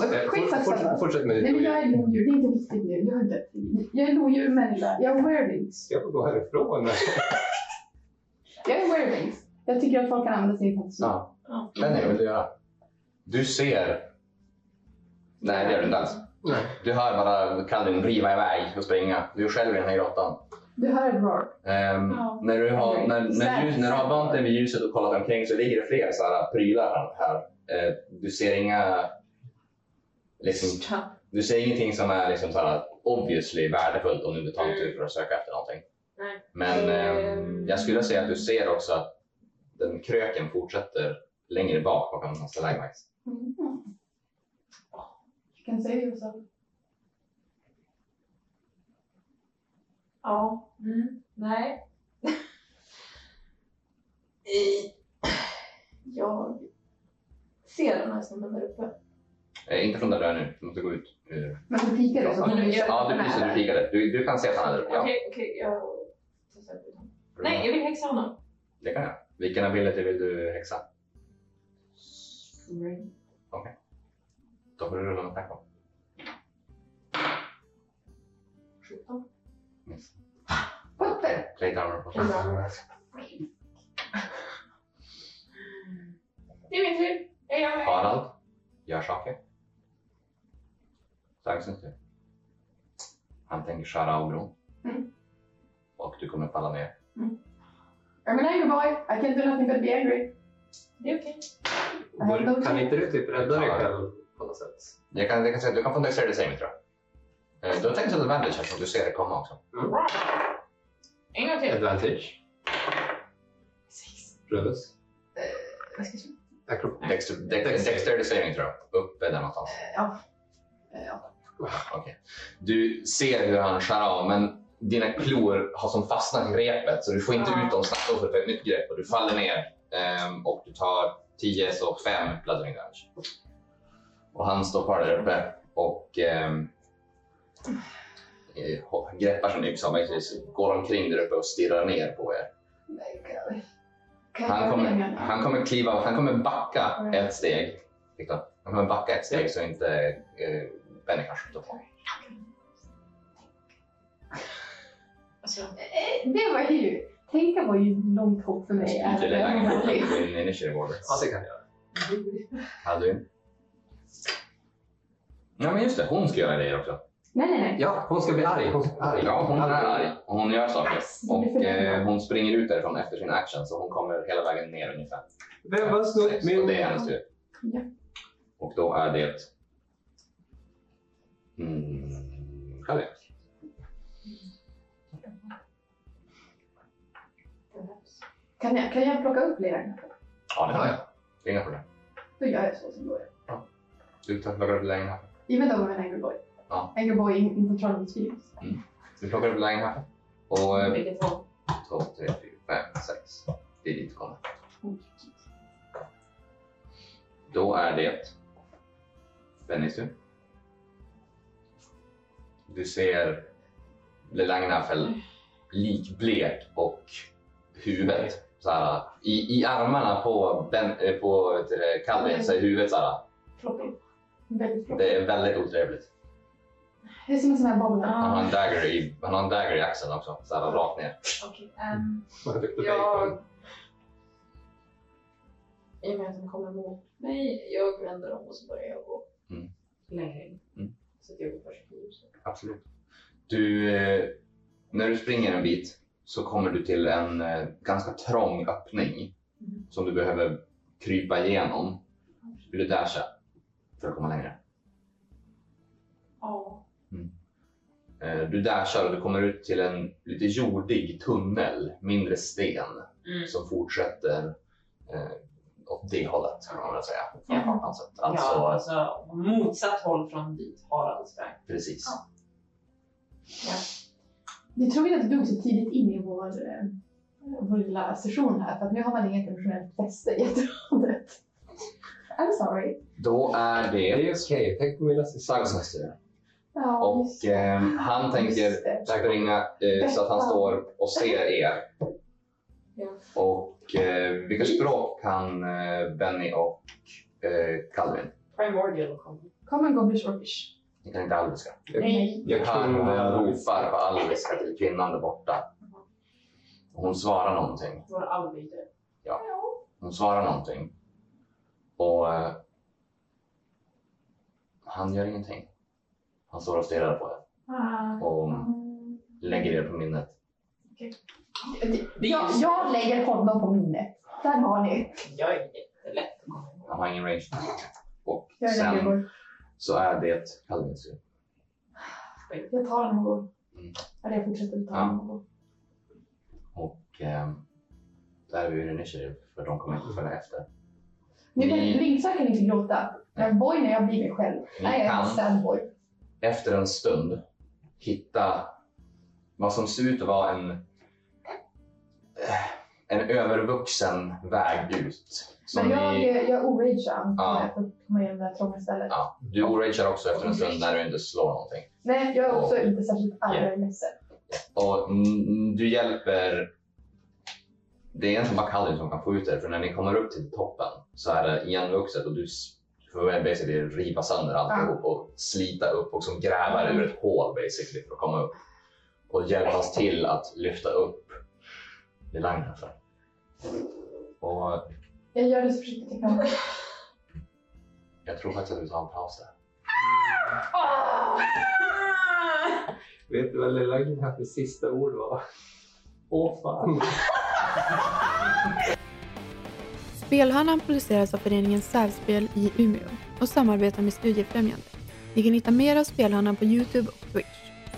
[SPEAKER 1] men
[SPEAKER 3] Eh,
[SPEAKER 1] skitsamma.
[SPEAKER 3] fort- fort- Fortsätt med
[SPEAKER 1] Nej,
[SPEAKER 3] ditt
[SPEAKER 1] men jag är
[SPEAKER 3] lodjur.
[SPEAKER 1] lodjur. Det är inte viktigt nu. Jag är, inte. Jag är lodjur människa. Jag är weirwings.
[SPEAKER 3] Jag får gå härifrån.
[SPEAKER 1] Jag är weirwings. Jag tycker att folk kan använda sin fantasi.
[SPEAKER 4] Ja.
[SPEAKER 2] Ja.
[SPEAKER 4] Lenny, vad vill du göra? Du ser... Nej, det gör du inte alls.
[SPEAKER 3] Nej.
[SPEAKER 4] Du hör bara Kalvin riva iväg och springa. Du är själv i den här grottan.
[SPEAKER 1] Du hör ett roar.
[SPEAKER 4] Ehm,
[SPEAKER 2] Ja.
[SPEAKER 4] när, du har, när, när,
[SPEAKER 1] Snäll,
[SPEAKER 4] ljus, när du har
[SPEAKER 1] snäll.
[SPEAKER 4] vant dig vid ljuset och kollat omkring så ligger det fler så här prylar här. Eh, du ser inga... Liksom,
[SPEAKER 2] Ja.
[SPEAKER 4] du ser ingenting som är liksom så här obviously värdefullt om du inte tar en tur för att söka efter någonting.
[SPEAKER 2] Nej.
[SPEAKER 4] Men ehm,
[SPEAKER 2] Ehm.
[SPEAKER 4] jag skulle säga att du ser också att den kröken fortsätter längre bak bakom den här stalagmites.
[SPEAKER 1] Mm. You can save yourself.
[SPEAKER 2] Ja. Mm. Nej. [LAUGHS] I- Jag ser den här snubben där uppe.
[SPEAKER 4] Eh, inte från där du är nu, du måste gå ut ur
[SPEAKER 1] Men du pikar det. så
[SPEAKER 4] grottan.
[SPEAKER 1] du vet
[SPEAKER 4] Ja,
[SPEAKER 1] att
[SPEAKER 4] du,
[SPEAKER 1] den
[SPEAKER 4] precis,
[SPEAKER 1] är
[SPEAKER 4] du
[SPEAKER 1] där.
[SPEAKER 4] kikade. Du, du kan se att han är där uppe.
[SPEAKER 2] Mm, Okej,
[SPEAKER 4] Ja.
[SPEAKER 2] okej. jag testar ut honom. Nej, jag vill häxa honom.
[SPEAKER 4] Det kan jag. Vilken ability vill du häxa? Då får du rulla en attack på.
[SPEAKER 2] 17.
[SPEAKER 4] Miss.
[SPEAKER 1] What the?
[SPEAKER 4] Play down på.
[SPEAKER 2] Play down. Det är min tur. Jag gör det.
[SPEAKER 4] Harald. Gör saker. Sagsens tur. Han tänker köra av bron.
[SPEAKER 1] Mm.
[SPEAKER 4] Och du kommer falla ner.
[SPEAKER 1] I'm an angry boy. I can't do nothing but be angry.
[SPEAKER 2] Det är okej.
[SPEAKER 3] Bur- Kan inte du typ rädda dig själv på något sätt?
[SPEAKER 4] Jag kan, jag kan säga, du kan få en dexterity saving tror jag. Eh, Du har tänkt att advantage här som du ser det komma också.
[SPEAKER 2] En gång till.
[SPEAKER 3] Advantage.
[SPEAKER 2] Sex.
[SPEAKER 3] Plus.
[SPEAKER 1] Jag ska se.
[SPEAKER 3] Akrop-
[SPEAKER 4] Dexter, dex, dexterity saving tror jag. Uppe där någonstans.
[SPEAKER 1] Ja. Ja.
[SPEAKER 4] Okej. Du ser hur han skär av men dina klor har som fastnat i repet så du får inte
[SPEAKER 2] Ah.
[SPEAKER 4] ut dem snabbt och får ett nytt grepp och du faller ner ehm, och du tar 10 så 5 bludgering damage. Och han står kvar där uppe och ehm, eh, ho- greppar sin yxa och möjligtvis går omkring där uppe och stirrar ner på er.
[SPEAKER 1] Nej, kan- kan
[SPEAKER 4] Han
[SPEAKER 1] jag
[SPEAKER 4] kommer,
[SPEAKER 1] ringa?
[SPEAKER 4] han kommer kliva, han kommer backa
[SPEAKER 1] Mm.
[SPEAKER 4] ett steg. Viktor. Han kommer backa ett steg så inte eh, Benny kanske står på.
[SPEAKER 2] Alltså,
[SPEAKER 1] Eh, Det var ju... Tänka var ju långt hopp för mig.
[SPEAKER 4] Jag skulle
[SPEAKER 1] även om
[SPEAKER 4] lägga
[SPEAKER 1] jag blev-
[SPEAKER 4] in i initiative order.
[SPEAKER 3] Ja, det kan jag göra.
[SPEAKER 4] Halloween. Ja men just det, hon ska göra grejer också.
[SPEAKER 1] Nej, nej, nej.
[SPEAKER 3] Ja, hon ska bli arg. Hon ska bli arg.
[SPEAKER 4] Ja, hon är arg. och Hon gör saker.
[SPEAKER 1] Det
[SPEAKER 4] Och
[SPEAKER 1] blir för
[SPEAKER 4] eh,
[SPEAKER 1] långt.
[SPEAKER 4] hon springer ut därifrån efter sin action så hon kommer hela vägen ner ungefär.
[SPEAKER 3] Vem var snott
[SPEAKER 4] Så det är
[SPEAKER 3] min...
[SPEAKER 4] hennes tur.
[SPEAKER 1] Ja.
[SPEAKER 4] Och då är det... Mm, Kalle.
[SPEAKER 1] Kan jag, kan jag plocka upp leran?
[SPEAKER 4] Ja det har jag. Det är inga problem.
[SPEAKER 1] Då gör jag så som då är.
[SPEAKER 4] Du tar- plockar upp lägenheten.
[SPEAKER 1] Ge mig då med en angry boy.
[SPEAKER 4] Ja.
[SPEAKER 1] Angry boy in, in control of his feelings.
[SPEAKER 4] Du plockar upp lägenheten. Och eh,
[SPEAKER 2] Vilket håll?
[SPEAKER 4] 2, 3, 4, 5, 6. Det är dit du kommer. Då är det Bennys tur. Du ser Lelagnafel likblek och huvudet så här, i, i armarna på, ben, eh, på vet du det, Calvin så är huvudet så här.
[SPEAKER 1] Floppy. Väldigt floppy.
[SPEAKER 4] Det är väldigt otrevligt.
[SPEAKER 1] Det är som en sån här bobbler.
[SPEAKER 4] Han har
[SPEAKER 2] Ah,
[SPEAKER 4] en dagger i, han har en dagger i axeln också, så här, rakt ner.
[SPEAKER 2] okej. ehm,
[SPEAKER 3] Vad duktig
[SPEAKER 2] Jag... I och med att de kommer mot mig, jag vänder om och så börjar jag gå
[SPEAKER 4] Mm.
[SPEAKER 2] längre in.
[SPEAKER 4] Mm.
[SPEAKER 2] Så att jag går först på huset.
[SPEAKER 4] Absolut. Du, eh, när du springer en bit så kommer du till en eh, ganska trång öppning
[SPEAKER 2] Mm.
[SPEAKER 4] som du behöver krypa igenom. Vill du dasha för att komma längre?
[SPEAKER 2] Ja.
[SPEAKER 4] Eh, Du dashar och du kommer ut till en lite jordig tunnel, mindre sten,
[SPEAKER 2] Mm.
[SPEAKER 4] som fortsätter eh, åt det hållet kan man väl säga. Från
[SPEAKER 2] Ja.
[SPEAKER 4] kartans sätt. Alltså,
[SPEAKER 2] ja, alltså motsatt håll från dit Haralds väg.
[SPEAKER 4] precis.
[SPEAKER 2] Ja.
[SPEAKER 1] Det är tråkigt att du dog så tidigt in i vår, eh, vår lilla session här för att nu har man inget emotionellt fäste i efterhållet. I'm sorry.
[SPEAKER 4] Då är
[SPEAKER 3] Det
[SPEAKER 4] det
[SPEAKER 3] är okej. Tänk på mina sista.
[SPEAKER 4] Sagsnas tur.
[SPEAKER 1] Ja, just-
[SPEAKER 4] Och eh, han tänker
[SPEAKER 1] just det.
[SPEAKER 4] springa eh, så att han står och ser er.
[SPEAKER 2] Ja.
[SPEAKER 4] Och eh, vilka språk kan eh, Benny och eh, Calvin?
[SPEAKER 2] Primordial kommer.
[SPEAKER 1] Common Goblin Shortish.
[SPEAKER 4] Ni kan inte alviska.
[SPEAKER 1] Nej.
[SPEAKER 4] Jag hör hur han ropar på alviska till kvinnan där borta. Och Hon svarar någonting.
[SPEAKER 2] Vår alvbyte.
[SPEAKER 4] Hon svarar någonting. Och eh, han gör ingenting. Han står och stirrar på er
[SPEAKER 1] Ah.
[SPEAKER 4] och lägger er på minnet.
[SPEAKER 1] Jag, jag lägger honom på minnet. Där har ni.
[SPEAKER 2] Jag är jättelätt att komma ihåg.
[SPEAKER 4] Han har ingen range. Och
[SPEAKER 1] Jag, är
[SPEAKER 4] sen
[SPEAKER 1] Lilleborg.
[SPEAKER 4] så är det Calvins tur.
[SPEAKER 1] jag tar honom och går.
[SPEAKER 4] Mm.
[SPEAKER 1] Eller jag fortsätter ta
[SPEAKER 4] Ja.
[SPEAKER 1] honom och går.
[SPEAKER 4] Och ehm, där är vi ur initiativ för de kommer inte följa efter.
[SPEAKER 1] Nu kan
[SPEAKER 4] Ni-
[SPEAKER 1] Linksa kan inte gråta. Men boy när jag blir mig själv.
[SPEAKER 4] Ni
[SPEAKER 1] Nej, jag är
[SPEAKER 4] kan.
[SPEAKER 1] en sad boy.
[SPEAKER 4] Efter en stund hitta vad som ser ut att vara en, eh, en övervuxen väg ut. Som
[SPEAKER 1] Men jag,
[SPEAKER 4] ni,
[SPEAKER 1] jag oragear antar
[SPEAKER 4] Ja.
[SPEAKER 1] jag för att komma igenom det här trånga stället.
[SPEAKER 4] ja, du oragear också efter en stund när du inte slår någonting.
[SPEAKER 1] Nej, jag är också inte särskilt arg eller ledsen.
[SPEAKER 4] Och mm, du hjälper... Det är egentligen bara Kalle som kan få ut det. För när ni kommer upp till toppen så är det igenvuxet och du s- får basically riva sönder alltihop och slita upp och som gräva ur ett hål basically för att komma upp. Och hjälpas till att lyfta upp Lilangen. Och
[SPEAKER 1] Jag gör det så försiktigt jag kan.
[SPEAKER 4] jag tror faktiskt att du tar en paus där.
[SPEAKER 3] Vet du vad lilla Gud här för sista ord var? Åh fan.
[SPEAKER 5] Spelhörnan produceras av föreningen Sävspel i Umeå och samarbetar med Studiefrämjandet. Ni kan hitta mer av Spelhörnan på Youtube och Twitch.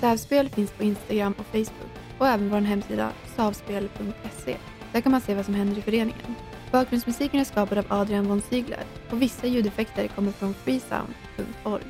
[SPEAKER 5] Sävspel finns på Instagram och Facebook och även vår hemsida savspel.se. Där kan man se vad som händer i föreningen. Bakgrundsmusiken är skapad av Adrian von Ziegler och vissa ljudeffekter kommer från freesound.org.